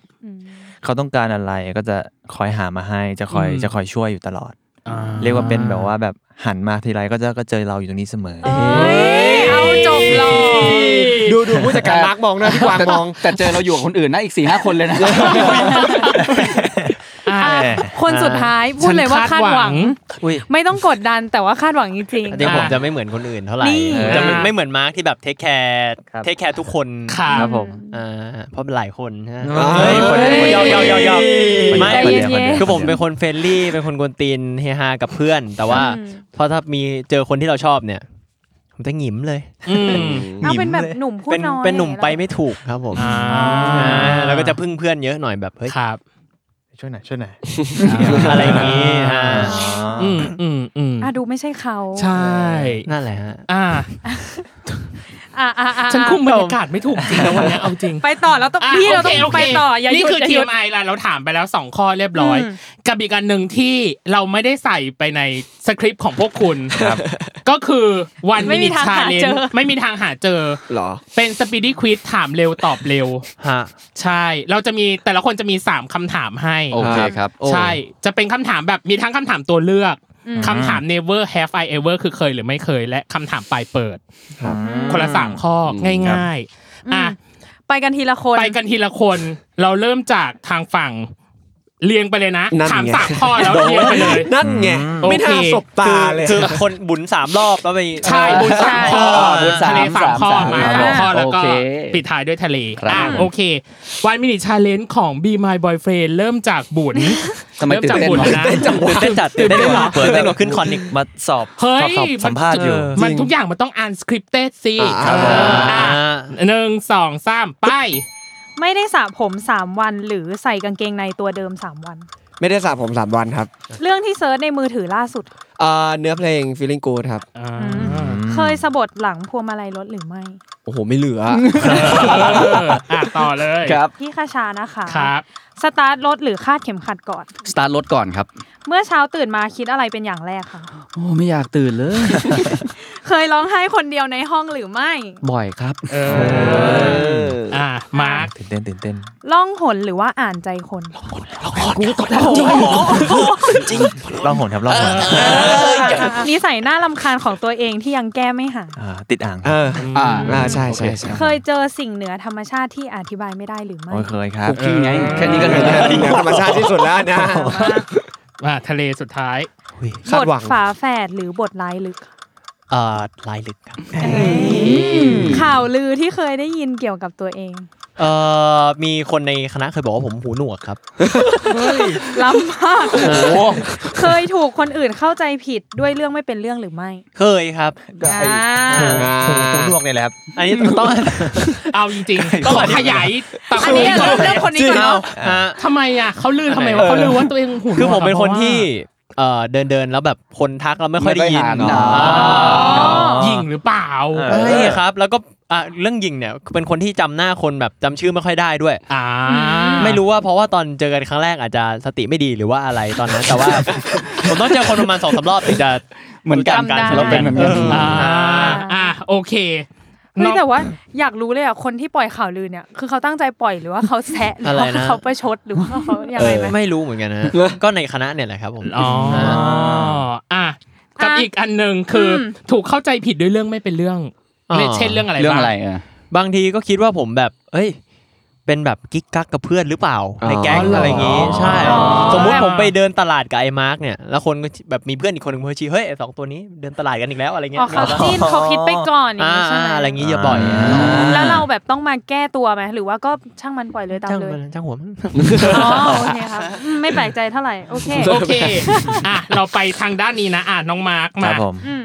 Speaker 4: เขาต้องการอะไรก็จะคอยหามาให้จะคอย
Speaker 2: อืม
Speaker 4: จะคอยช่วยอยู่ตลอด เรียกว่าเป็นแบบว่าแบบหันมาทีไรก็จะก็เจอเราอยู่ตรงนี้เสมอ
Speaker 3: เอ้ยเอาจบหลอก
Speaker 7: ดูดูผู้จัดการมาร์กมองหนะพี่กวางมอง
Speaker 6: แต่เจอเราอยู่กับคนอื่นนะอีกสี่ห้าคนเลยนะ
Speaker 2: อ่ะ
Speaker 3: อ่ะคนสุดท้ายพูดเลยว่าคาดหวัง
Speaker 4: อุ้ย
Speaker 3: ไม่ต้องกดดันแต่ว่าคาดหวังจริง
Speaker 5: อันนี้ผมจะไม่เหมือนคนอื่นเท่าไหร่
Speaker 3: นี่
Speaker 5: จะไม่ไม่เหมือนมาร์กที่แบบเทคแคร์
Speaker 4: ครับ
Speaker 5: เทคแคร์ทุกคน
Speaker 2: ขา
Speaker 4: ครั
Speaker 2: ด
Speaker 4: บผม
Speaker 5: อ่าเพราะเป็นหลายคนฮะ
Speaker 7: เฮ้ยคนเดียวคนเดีย
Speaker 5: ยาว วยาวยาวยาว
Speaker 3: ๆใจ
Speaker 5: ไม่
Speaker 3: เย็น
Speaker 5: คือผมเป็นคนเฟรนลี่เป็นคนกวนตีนเฮฮากับเพื่อน แต่ว่า
Speaker 3: อืม
Speaker 5: พอถ้ามีเจอคนที่เราชอบเนี่ย ผมจะหงิมเลย
Speaker 2: อืม
Speaker 3: ๆเอาเป็นแบบหนุ่มพูด
Speaker 5: เป็น
Speaker 3: น้อย
Speaker 5: เป็นหนุ่มไปไม่ถูกครับผม
Speaker 2: อ่า
Speaker 5: อ่าแล้วก็จะพึ่งเพื่อนเยอะหน่อยแบบเฮ้ย
Speaker 2: ครับ
Speaker 4: ช่วยหน่อยช่วยหน่อย
Speaker 5: อะไรอย่างนี้ฮะ
Speaker 2: อืมอืมอืม
Speaker 3: อ่ะดูไม่ใช่เขา
Speaker 2: ใช่
Speaker 5: นั่นแหละฮะ
Speaker 2: อ่า
Speaker 3: อ่ะอ่ะอ่ะ
Speaker 2: ฉันคุมบรรยากาศไม่ถูกจริงนะวันนี้เอาจริง
Speaker 3: ไปต่อแล้วต้อง
Speaker 2: ะ
Speaker 3: พี่เรา
Speaker 2: โค
Speaker 3: ต้อง
Speaker 2: โค
Speaker 3: ไปต่ออย่าห
Speaker 2: นี่
Speaker 3: ยุด
Speaker 2: คือ
Speaker 3: ย่าหยุด
Speaker 2: TMI ละเราถามไปแล้วสองข้อเรียบร้อย
Speaker 3: อืม
Speaker 2: กับอีกอันหนึ่งที่เราไม่ได้ใส่ไปในสคริปต์ของพวกคุณ ก็คือวัน
Speaker 3: ไม่มีทางหาเจอ
Speaker 2: ไม่มีทางหาเจอ
Speaker 7: เหรอ
Speaker 2: เป็นสปีด y q ควิสถามเร็วตอบเร็ว
Speaker 5: ฮะ
Speaker 2: ใช่ เราจะมีแต่ละคนจะมี 3คำถามให้
Speaker 6: โอเคครับโอ้
Speaker 2: ใช่ จะเป็นคำถามแบบมีทั้งคำถามตัวเลือก
Speaker 3: อืม
Speaker 2: คำถาม never have I ever คือเคยหรือไม่เคย และคำถามปลายเปิด คนละสามข้อง่ายๆอ่ะ
Speaker 3: ไปกันทีละคน
Speaker 2: ไปกันทีละคนเราเริ่มจากทางฝั่งเรียงไปเลยนะ
Speaker 7: นั่นไง
Speaker 2: ถามสามข้อแล้วเรียงไปเลย
Speaker 7: นั่นไง
Speaker 2: โอเค
Speaker 7: ไม่น่าสบตาเลย
Speaker 5: คือคนบุญสามรอบแล้วไป
Speaker 2: ใช่บุญสามข้อ
Speaker 6: บุญสาม
Speaker 2: ทะเลสามข้อ
Speaker 6: สาม
Speaker 2: มา
Speaker 3: สาม
Speaker 2: สามข้อแล้วก็
Speaker 6: โอเค
Speaker 2: ปิดท้ายด้วยทะเล
Speaker 6: ครับ
Speaker 2: อ่ะโอเควันมินิชาเลนจ์ของ Be My Boyfriend เริ่มจากบุญ
Speaker 6: ทำไม
Speaker 2: เริ่มจากบุญนะ
Speaker 4: ตื่นเต้
Speaker 6: ตื่นเต้นวะ
Speaker 4: นจัดตื่นเต้นเหรอเปิดเป็นขึ้นคอนิกมาสอบ
Speaker 2: เฮ้ย
Speaker 4: สอบสัมภาษณ์อยู่
Speaker 2: เมันทุกอย่างมันต้องอ่านสคริปเต็ดสิ
Speaker 7: อ่าครับผม
Speaker 2: เอออ่ะหนึ่งสองสามไป
Speaker 3: ไม่ได้สระผมสามวันหรือใส่กางเกงในตัวเดิมสามวัน
Speaker 7: ไม่ได้สระผมสามวันครับ
Speaker 3: เรื่องที่เซิร์ชในมือถือล่าสุด
Speaker 7: เอ่อเนื้อเพลง feeling good ครับ
Speaker 3: เคยสะบัดหลังพวงมาลัยรถหรือไม่
Speaker 7: โอ้โห ไม่เห ลือ
Speaker 2: เอออ่ะต่อเลย
Speaker 6: ครับ
Speaker 3: พี่คาชานะคะ
Speaker 2: ครับ
Speaker 3: สตาร์ทรถหรือคาดเข็มขัดก่อน
Speaker 6: สตาร์ทรถก่อนครับ
Speaker 3: เมื่อเช้าตื่นมาคิดอะไรเป็นอย่างแรกคะ
Speaker 6: โอ้ไม่อยากตื่นเลย
Speaker 3: เคยร้องไห้คนเดียวในห้องหรือไม่
Speaker 6: บ่อยครับ
Speaker 2: เอออ่ะมาร์ค
Speaker 4: ตื่นเต้นตื่นเต้น
Speaker 3: ล่องหนหรือว่าอ่านใจคน
Speaker 4: ล่องหนครับล่องหน
Speaker 3: นิสัยน่าลำคาญของตัวเองที่ยังแก้ไม่หาย
Speaker 4: อ่าติดอ่างค
Speaker 7: เอ
Speaker 4: รับ
Speaker 7: อ
Speaker 6: อ่า
Speaker 7: อ่าใช่ใช่ใช่
Speaker 3: เคยเจอสิ่งเหนือธรรมชาติที่อธิบายไม่ได้หรือไม่
Speaker 4: โอ้ยเคยครับ
Speaker 6: คุกกี้ไงแค่นี้ก็
Speaker 7: เห
Speaker 6: ถึง
Speaker 7: นื
Speaker 6: แล้ว
Speaker 7: อธรรมชาติที่สุดแล้วนะ
Speaker 2: อ่าทะเลสุดท้าย
Speaker 7: คา
Speaker 3: บ
Speaker 7: ด
Speaker 3: ท
Speaker 7: หวัง
Speaker 3: ฝาแฝดหรือบทร้ายลึก
Speaker 5: เอ่อลายลึกครับ
Speaker 3: ข่าวลือที่เคยได้ยินเกี่ยวกับตัวเอง
Speaker 5: เอ่อมีคนในคณะเคยบอกว่าผมหูหนวกครับ
Speaker 3: ล้ำมากเคยถูกคนอื่นเข้าใจผิดด้วยเรื่องไม่เป็นเรื่องหรือไม่
Speaker 5: เคยครับ
Speaker 3: อ่า
Speaker 4: ผมผมลวกเนี่ยแหละครับ
Speaker 5: อันนี้ต้อง
Speaker 2: เอาจริงๆต้องขยายตะ
Speaker 3: อัน
Speaker 2: คุย
Speaker 3: นี้
Speaker 2: ก่อน
Speaker 3: เริ่มเรื่องคนนี้ก่อนเนาะ
Speaker 5: ฮะ
Speaker 2: ทำไมอ่ะเขาลือทำไมวะเขาลือว่าตัวเองหุ่น
Speaker 5: คือผมเป็นคน
Speaker 2: พราะว่า
Speaker 5: ที่เ เอ่อเดินเดินๆแล้วแบบคนทักเราไม่ค่อยได้ยิน
Speaker 6: ไม่ค่อยหันอ่ะ
Speaker 5: อ่า
Speaker 2: หยิงหรือเปล่า
Speaker 4: เออ
Speaker 5: ใช่ครับแล้วก็อ่ะเรื่องยิงเนี่ยเป็นคนที่จำหน้าคนแบบจำชื่อไม่ค่อยได้ด้วย
Speaker 2: อ่า
Speaker 5: ไม่รู้ว่าเพราะว่าตอนเจอกันครั้งแรกอาจจะสติไม่ดีหรือว่าอะไรตอนนั้น แต่ว่า ผมต้องเจอคนประมาณสองสามรอบถึงจะ
Speaker 6: เหมือนกัน
Speaker 3: จำได้
Speaker 6: เราเป็นเหมือนกัน
Speaker 5: เออ
Speaker 2: อ่าอ่าโอเค
Speaker 3: เฮ้ย
Speaker 2: นอก
Speaker 3: แต่ว่าอยากรู้เลยอ่ะคนที่ปล่อยข่าวลือเนี่ย คือเขาตั้งใจปล่อยหรือว่าเขาแซะหรือ
Speaker 5: อะไร
Speaker 3: ว่า
Speaker 5: นะ
Speaker 3: เขาประชดหรือว่าเขายังไงไหม
Speaker 5: ไม่รู้เหมือนกันนะฮะก็ในคณะเนี่ยแหละครับผม
Speaker 2: อ๋ออ่ะกับ
Speaker 3: อ่ะ
Speaker 2: อีกอันหนึ่งคืออ
Speaker 3: ม
Speaker 2: ถูกเข้าใจผิดด้วยเรื่องไม่เป็นเรื่องไม่เช่นเรื่องอะไร
Speaker 6: เรื่องอะไร
Speaker 2: บ้า
Speaker 6: เออ
Speaker 5: บางทีก็คิดว่าผมแบบ เอ้ย เป็นแบบกิ๊กกักกับเพื่อนหรือเปล่า
Speaker 7: อ๋อ
Speaker 5: ในแก๊งอะไรอย่างงี้ ใช่
Speaker 2: อ๋อ
Speaker 5: สมมุติผมไปเดินตลาดกับไอ้มาร์กเนี่ยแล้วคนก็แบบมีเพื่อนอีกคนหนึ่งเพื่อชี้เฮ้ยไอ้สองตัวนี้เดินตลาดกันอีกแล้วอะไรเงี้
Speaker 3: อ๋อย เขาจิ้นเขาคิดไปก่อนอย่าง
Speaker 5: อ่า
Speaker 3: นี้ใช่ไหม
Speaker 5: ๆอะไรอย่างงี้อย่าบ่อยนะ
Speaker 6: อ่า
Speaker 3: แล้วเราแบบต้องมาแก้ตัวไหมหรือว่าก็ช่างมันปล่อยเลยตาม
Speaker 5: ช่าง
Speaker 3: เล
Speaker 5: มั
Speaker 3: ย
Speaker 5: นช่างหัวมัน
Speaker 3: อ๋อโอเคครับอืมไม่แปลกใจเท่าไหร่โอเค
Speaker 2: งโอเคอ่ะเราไปทางด้านนี้นะอ่ะน้องมาร์ก
Speaker 4: ค
Speaker 2: มา
Speaker 4: รับผม
Speaker 3: อืม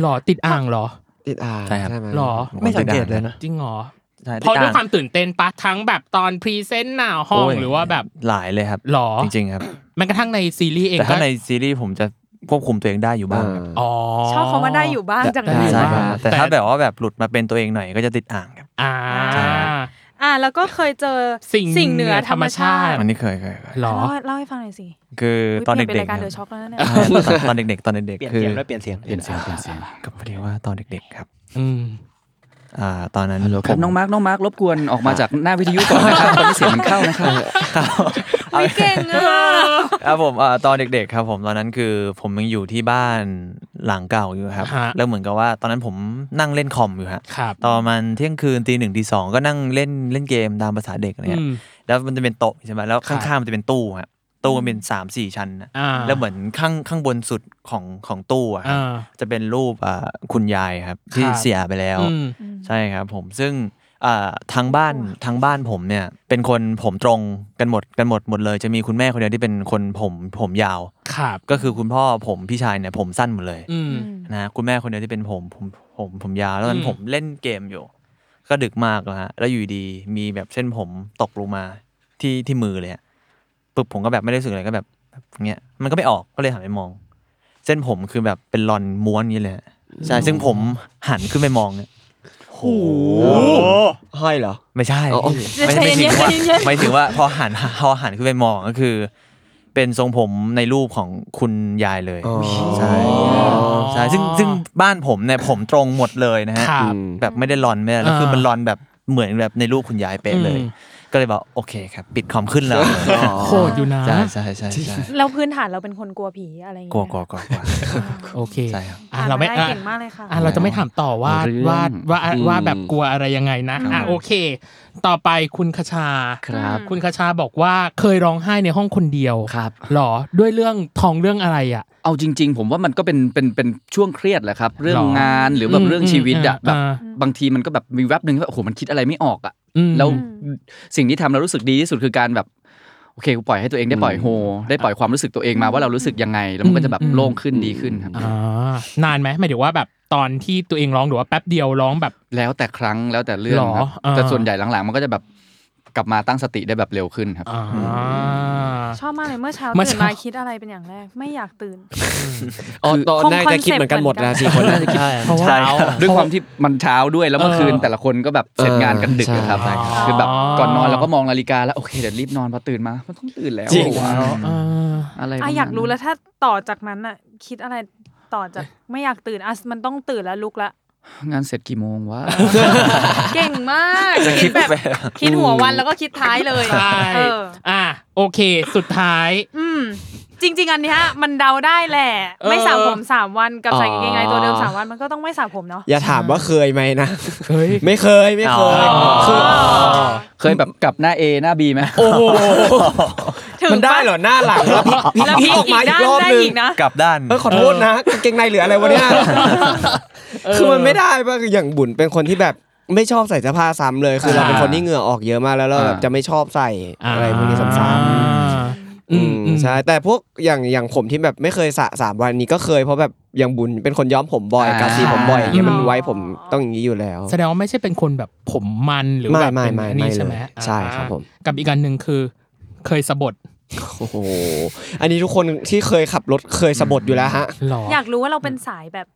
Speaker 2: หรอติดอ่างหรอ
Speaker 7: ติดอ่าง
Speaker 4: ใช่ครับ
Speaker 7: ไหม
Speaker 2: หรอ
Speaker 5: ไม่สังเกตเลยนะ
Speaker 2: จริงหรอ
Speaker 4: ใช่
Speaker 2: เพราะ
Speaker 4: ติ
Speaker 2: ด้วย
Speaker 4: ต
Speaker 2: ความตื่นเต้นปะทั้งแบบตอนพรีเซนต์หน้าห้อง
Speaker 4: โย
Speaker 2: หรือว่าแบบ
Speaker 4: หลายเลยครับ
Speaker 2: หรอ
Speaker 4: จริงๆครับ
Speaker 2: แม้กระทั่งในซีรีส์เอง
Speaker 4: แต่
Speaker 2: ก็
Speaker 4: ถ้าในซีรีส์ผมจะควบคุมตัวเองได้อยู่บ้างครับ
Speaker 2: อ๋อ
Speaker 3: ชอบเขามาได้อยู่บ้างจังเล
Speaker 2: ได้
Speaker 3: ย
Speaker 4: ใช่ครับแต่
Speaker 2: แต่
Speaker 4: ถ้าแบบว่าแบบหลุดมาเป็นตัวเองหน่อยก็จะติดอ่างครับ
Speaker 2: อ่า
Speaker 4: ใช่
Speaker 3: อ่ะแล้วก็เคยเจอ
Speaker 2: สิ่ง
Speaker 3: เหนือธรรมชา
Speaker 2: ธรรมชาติ
Speaker 3: ติ
Speaker 4: อันนี้เคยเคยเคย
Speaker 2: หรอ
Speaker 3: เล่าเล่าให้ฟังหน่อยสิ
Speaker 4: คือ
Speaker 3: อุ๊ย
Speaker 4: ตอน
Speaker 3: เปลี่ยน
Speaker 4: เด็
Speaker 3: เป็นราย
Speaker 4: กๆค
Speaker 3: การ
Speaker 4: รับ
Speaker 3: เดอะช็อกแล้วนะเนี่ย
Speaker 4: ใช่ตอนตอนเด็กๆ ตอนเด็ก
Speaker 5: เปลี่ยน
Speaker 4: ๆคือย
Speaker 5: เสีงด้วยเปลี่ยนเสียง
Speaker 6: เปลี่ยนเสียงเปลี่ยนเสียง
Speaker 4: ก็พอดีว่าตอนเด็กๆครับ
Speaker 2: อืม
Speaker 4: อ่าตอนนั้น
Speaker 6: ครับน้องมาร์กน้องมาร์กรบกวนออกมาจากหน้าวิทยุก่อนนะครับ ตอนนี้เสียงมันเข้านะครับ
Speaker 3: อุ๊ยเก่งอ่ะ
Speaker 4: ครับผมอ่าตอนเด็กๆครับผมตอนนั้นคือผมยังอยู่ที่บ้านหลังเก่าอยู่ครับ
Speaker 2: ฮะ
Speaker 4: แล้วเหมือนกับว่าตอนนั้นผมนั่งเล่นคอมอยู่ฮะ
Speaker 2: ครับ
Speaker 4: ตอนประมันเที่ยงคืนตีหนึ่งตีสองก็นั่งเล่นเล่นเกมตามภาษาเด็กอะไรเนี่ย
Speaker 2: อืม
Speaker 4: แล้วมันจะเป็นโต๊ะใช่ไหมแล้ว
Speaker 2: ครับ
Speaker 4: ข้างๆมันจะเป็นตู้ฮะตู้มันเป็นสามสี่ชั้นนะ
Speaker 2: อ่า
Speaker 4: แล้วเหมือนข้างข้างบนสุดของของตู้อะครับ
Speaker 2: อ่า
Speaker 4: จะเป็นรูปอ่าคุณยายครับ ที่
Speaker 2: ครับ
Speaker 4: เสียไปแล้ว
Speaker 2: อืม
Speaker 4: ใช่ครับผมซึ่งอ่าทางบ้านทางบ้านผมเนี่ย เป็นคนผมตรงกันหมดกันหมดหมดเลย จะมีคุณแม่คนเดียวที่เป็นคนผมผมยาว
Speaker 2: ครับ
Speaker 4: ก็คือคุณพ่อผมพี่ชายเนี่ยผมสั้นหมดเลย
Speaker 2: อืม
Speaker 3: อืม
Speaker 4: นะฮะคุณแม่คนเดียวที่เป็นผมผมผมผมยาวแล้วตอนนั้
Speaker 2: อื
Speaker 4: น
Speaker 2: ม
Speaker 4: ผมเล่นเกมอยู่ ก็ดึกมากแล้วฮะแล้วอยู่ดีมีแบบเส้นผมตกลงมาที่ที่มือเลยฮะปุ๊บผมก็แบบไม่ได้รู้สึกอะไรก็แบบแบบเงี้ยมันก็ไม่ออกก็เลยหันไปมอง เส้นผมคือแบบเป็นรอนม้วนอย่างนี้เลยฮะใช่ซึ่งผมหันขึ้นไปมองเนี่ย
Speaker 7: ห้อยเหรอ
Speaker 4: ไม่ใช่
Speaker 7: อ๋อ
Speaker 4: ไม่
Speaker 3: ใจ
Speaker 4: ไม่ถึ
Speaker 3: เย็
Speaker 4: ง
Speaker 3: นๆใจ
Speaker 4: ว่า
Speaker 3: เย็น
Speaker 4: ไม่ถึงว่าพอหันพอหันขึ้นไปมองก็คือ เป็นทรงผมในรูปของคุณยายเลย
Speaker 7: อ๋อ
Speaker 4: ใช่ใช่ซึ่งซึ่งบ้านผมเนี่ยผมตรงหมดเลยนะฮะ
Speaker 2: ครับ
Speaker 7: อืม
Speaker 4: แบบไม่ได้รอนไม่ได้แล้วคือ
Speaker 2: เออ
Speaker 4: มันรอนแบบเหมือนแบบในรูปคุณยายเป๊ะเลย
Speaker 2: อืม
Speaker 4: ก็เลยบอกโอเคครับ ปิดคอมขึ้นแล้ว
Speaker 2: โคตรอยู่นะ
Speaker 4: ใช่ใช่ใช่ใช่
Speaker 3: ๆแล้วพื้นฐานเราเป็นคนกลัวผีอะไรอย่าง
Speaker 4: กลัว
Speaker 3: เงี้ย
Speaker 4: กลัวกลัวกลัว
Speaker 2: โอเค
Speaker 4: ใช่ครับ
Speaker 2: อ่ะเราไม่
Speaker 3: อ่
Speaker 2: อ่ะ
Speaker 3: นด้เก่งมากเลยค่ะ
Speaker 2: อ่ะเราจะไม่ถามต่อว่า
Speaker 6: เรื่อง
Speaker 2: ว่าว่า
Speaker 7: อืม
Speaker 2: ว่าแบบกลัวอะไรยังไงนะอ่ะโอเค ต่อไปคุณคชา
Speaker 6: ครับ
Speaker 2: คุณคชาบอกว่าเคยร้องไห้ในห้องคนเดียว
Speaker 6: ครับ
Speaker 2: หรอด้วยเรื่องทองเรื่องอะไรอ่ะ
Speaker 6: เอาจริง ๆ ผมว่ามันก็เป็นเป็นเป็นช่วงเครียดแหละครับ เรื่อง
Speaker 2: หรอง
Speaker 6: านหรือแบบ
Speaker 2: อืม
Speaker 6: เรื่องชีวิตอะ
Speaker 2: อืม
Speaker 6: แบบ
Speaker 2: อ่า
Speaker 6: บางทีมันก็แบบมีแวบหนึ่งที่แบบโอ้โหมันคิดอะไรไม่ออกอะ
Speaker 2: อืม
Speaker 6: แล้ว
Speaker 3: อืม
Speaker 6: สิ่งที่ทำเรารู้สึกดีที่สุดคือการแบบโอเคกูปล่อยให้ตัวเองได้ปล่อยโฮ ได้ปล่อยความรู้สึกตัวเองมาว่าเรารู้สึกยังไง แล้วมันก็จะแบบ
Speaker 2: อืม
Speaker 6: โล่งขึ้นดีขึ้นครับ
Speaker 2: อ่านานไหมหมายถึงว่าแบบตอนที่ตัวเองร้องหรือว่าแป๊บเดียวร้องแบบ
Speaker 6: แล้วแต่ครั้งแล้วแต่เรื่อง
Speaker 2: หรอ
Speaker 6: ครับ
Speaker 2: อ่า
Speaker 6: แต่ส่วนใหญ่หลังๆ มันก็จะแบบกลับมาตั้งสติได้แบบเร็วขึ้นครับ
Speaker 2: อ่า
Speaker 3: ชอบมากเลยเมื่อเช้า
Speaker 2: เมื่อ
Speaker 3: ตื่น
Speaker 2: เช้า
Speaker 3: มาคิดอะไรเป็นอย่างแรกไม่อยากตื่น
Speaker 7: อ๋อตอน
Speaker 3: คง
Speaker 7: น่าจะคิดเหมือนกันหมด
Speaker 3: คอน
Speaker 7: นะ
Speaker 3: เซ็
Speaker 7: สี่
Speaker 3: ปต์
Speaker 7: คนน่าจะคิด
Speaker 5: ใช่
Speaker 2: เพราะว่า
Speaker 5: เช้า
Speaker 6: ด้วยความที่มันเช้าด้วยแล้วเมื่อคืน
Speaker 2: เออ
Speaker 6: แต่ละคนก็แบบเสร็จงานกันดึก
Speaker 7: เออ
Speaker 6: นะครับ
Speaker 2: ใช่ครับ
Speaker 6: คือแบบ
Speaker 2: อ๋อ
Speaker 6: ก่อนนอนเราก็มองนาฬิกาแล้วโอเคเดี๋ยวรีบนอนพอตื่นมามันต้องตื่นแล้ว
Speaker 7: จริง
Speaker 6: ว้า
Speaker 2: แล้ว วอ่า
Speaker 6: อะไร
Speaker 3: อ่ะอยากรู้
Speaker 6: ปะมณนั้น
Speaker 3: แล้วถ้าต่อจากนั้นอ่ะ คิดอะไรต่อจากไม่อยากตื่นอ่ะมันต้องตื่นแล้วลุกละ
Speaker 6: งานเสร็จกี่โมงวะ
Speaker 3: เก่งมากคิดแบบคิดหัววันแล้วก็คิดท้ายเลย
Speaker 2: ใช่
Speaker 3: เออ
Speaker 2: อ่ะโอเค สุดท้าย
Speaker 3: อืมจริง ๆ อันเนี้ยมันเดาได้แหละ
Speaker 2: เออ
Speaker 3: ไม่สระผมสามวันกับใส่กางเกงในตัวเดิม
Speaker 7: อ๋อ
Speaker 3: สามวันมันก็ต้องไม่สระผมเนาะ
Speaker 7: อย่าถามว่าเคยไหมนะ
Speaker 2: เฮ้ย
Speaker 7: ไม่เคยไม่เคย
Speaker 2: อ๋อ
Speaker 7: คือ
Speaker 6: เคยแบบกลับหน้า A หน้า B ไหม
Speaker 7: โอ้โห
Speaker 3: ถึง
Speaker 7: มันได้เหรอหน้าหลังแล้วพี่
Speaker 3: แล้ว
Speaker 7: พี่
Speaker 3: พี่
Speaker 7: ออก
Speaker 3: อี
Speaker 7: มาก อี
Speaker 3: ด้าก น
Speaker 7: รอบ
Speaker 3: ได้
Speaker 7: นึง
Speaker 3: อีกนะ
Speaker 4: กลับด้าน
Speaker 7: เออขอโทษนะกางเกงในเหลืออะไรวะเนี่ย คือมันไม่ได้ป่ะคืออย่างบุญเป็นคนที่แบบไม่ชอบใส่เสื้อผ้าซ้ำเลย คือเรา
Speaker 2: อ่า
Speaker 7: เป็นคนที่เหงื่อออกเยอะมากแล้วเราแบบจะไม่ชอบใส่อะไรพวกนี้ซ้ำๆ
Speaker 2: อืม
Speaker 7: อืมใช่แต่พวกอย่างอย่างผมที่แบบไม่เคยสระสามวันนี้ก็เคยเพราะแบบอย่างบุญเป็นคนย้อมผมบ่อยการสีผมบ่อยอย่างเงี้ยมันไว้ผมต้องอย่างนี้อยู่แล้ว
Speaker 2: แสดงว่าไม่ใช่เป็นคนแบบผมมันหรือ
Speaker 7: ไม่
Speaker 2: แบบ
Speaker 7: ไม่
Speaker 2: เป็น
Speaker 7: ไม่
Speaker 2: อัน
Speaker 7: ไม่
Speaker 2: นี้
Speaker 7: เล
Speaker 2: ใช่ไหม
Speaker 7: ย
Speaker 2: อ่า
Speaker 7: ใช่ครับผม
Speaker 2: กับอีกอันหนึ่งคือ เคยสะบด
Speaker 7: โอ้โหอันนี้ทุกคนที่เคยขับรถเคยสะบดอยู่แล้วฮะ
Speaker 2: หรอ
Speaker 3: อยากรู้ว่าเราเป็นสายแบบ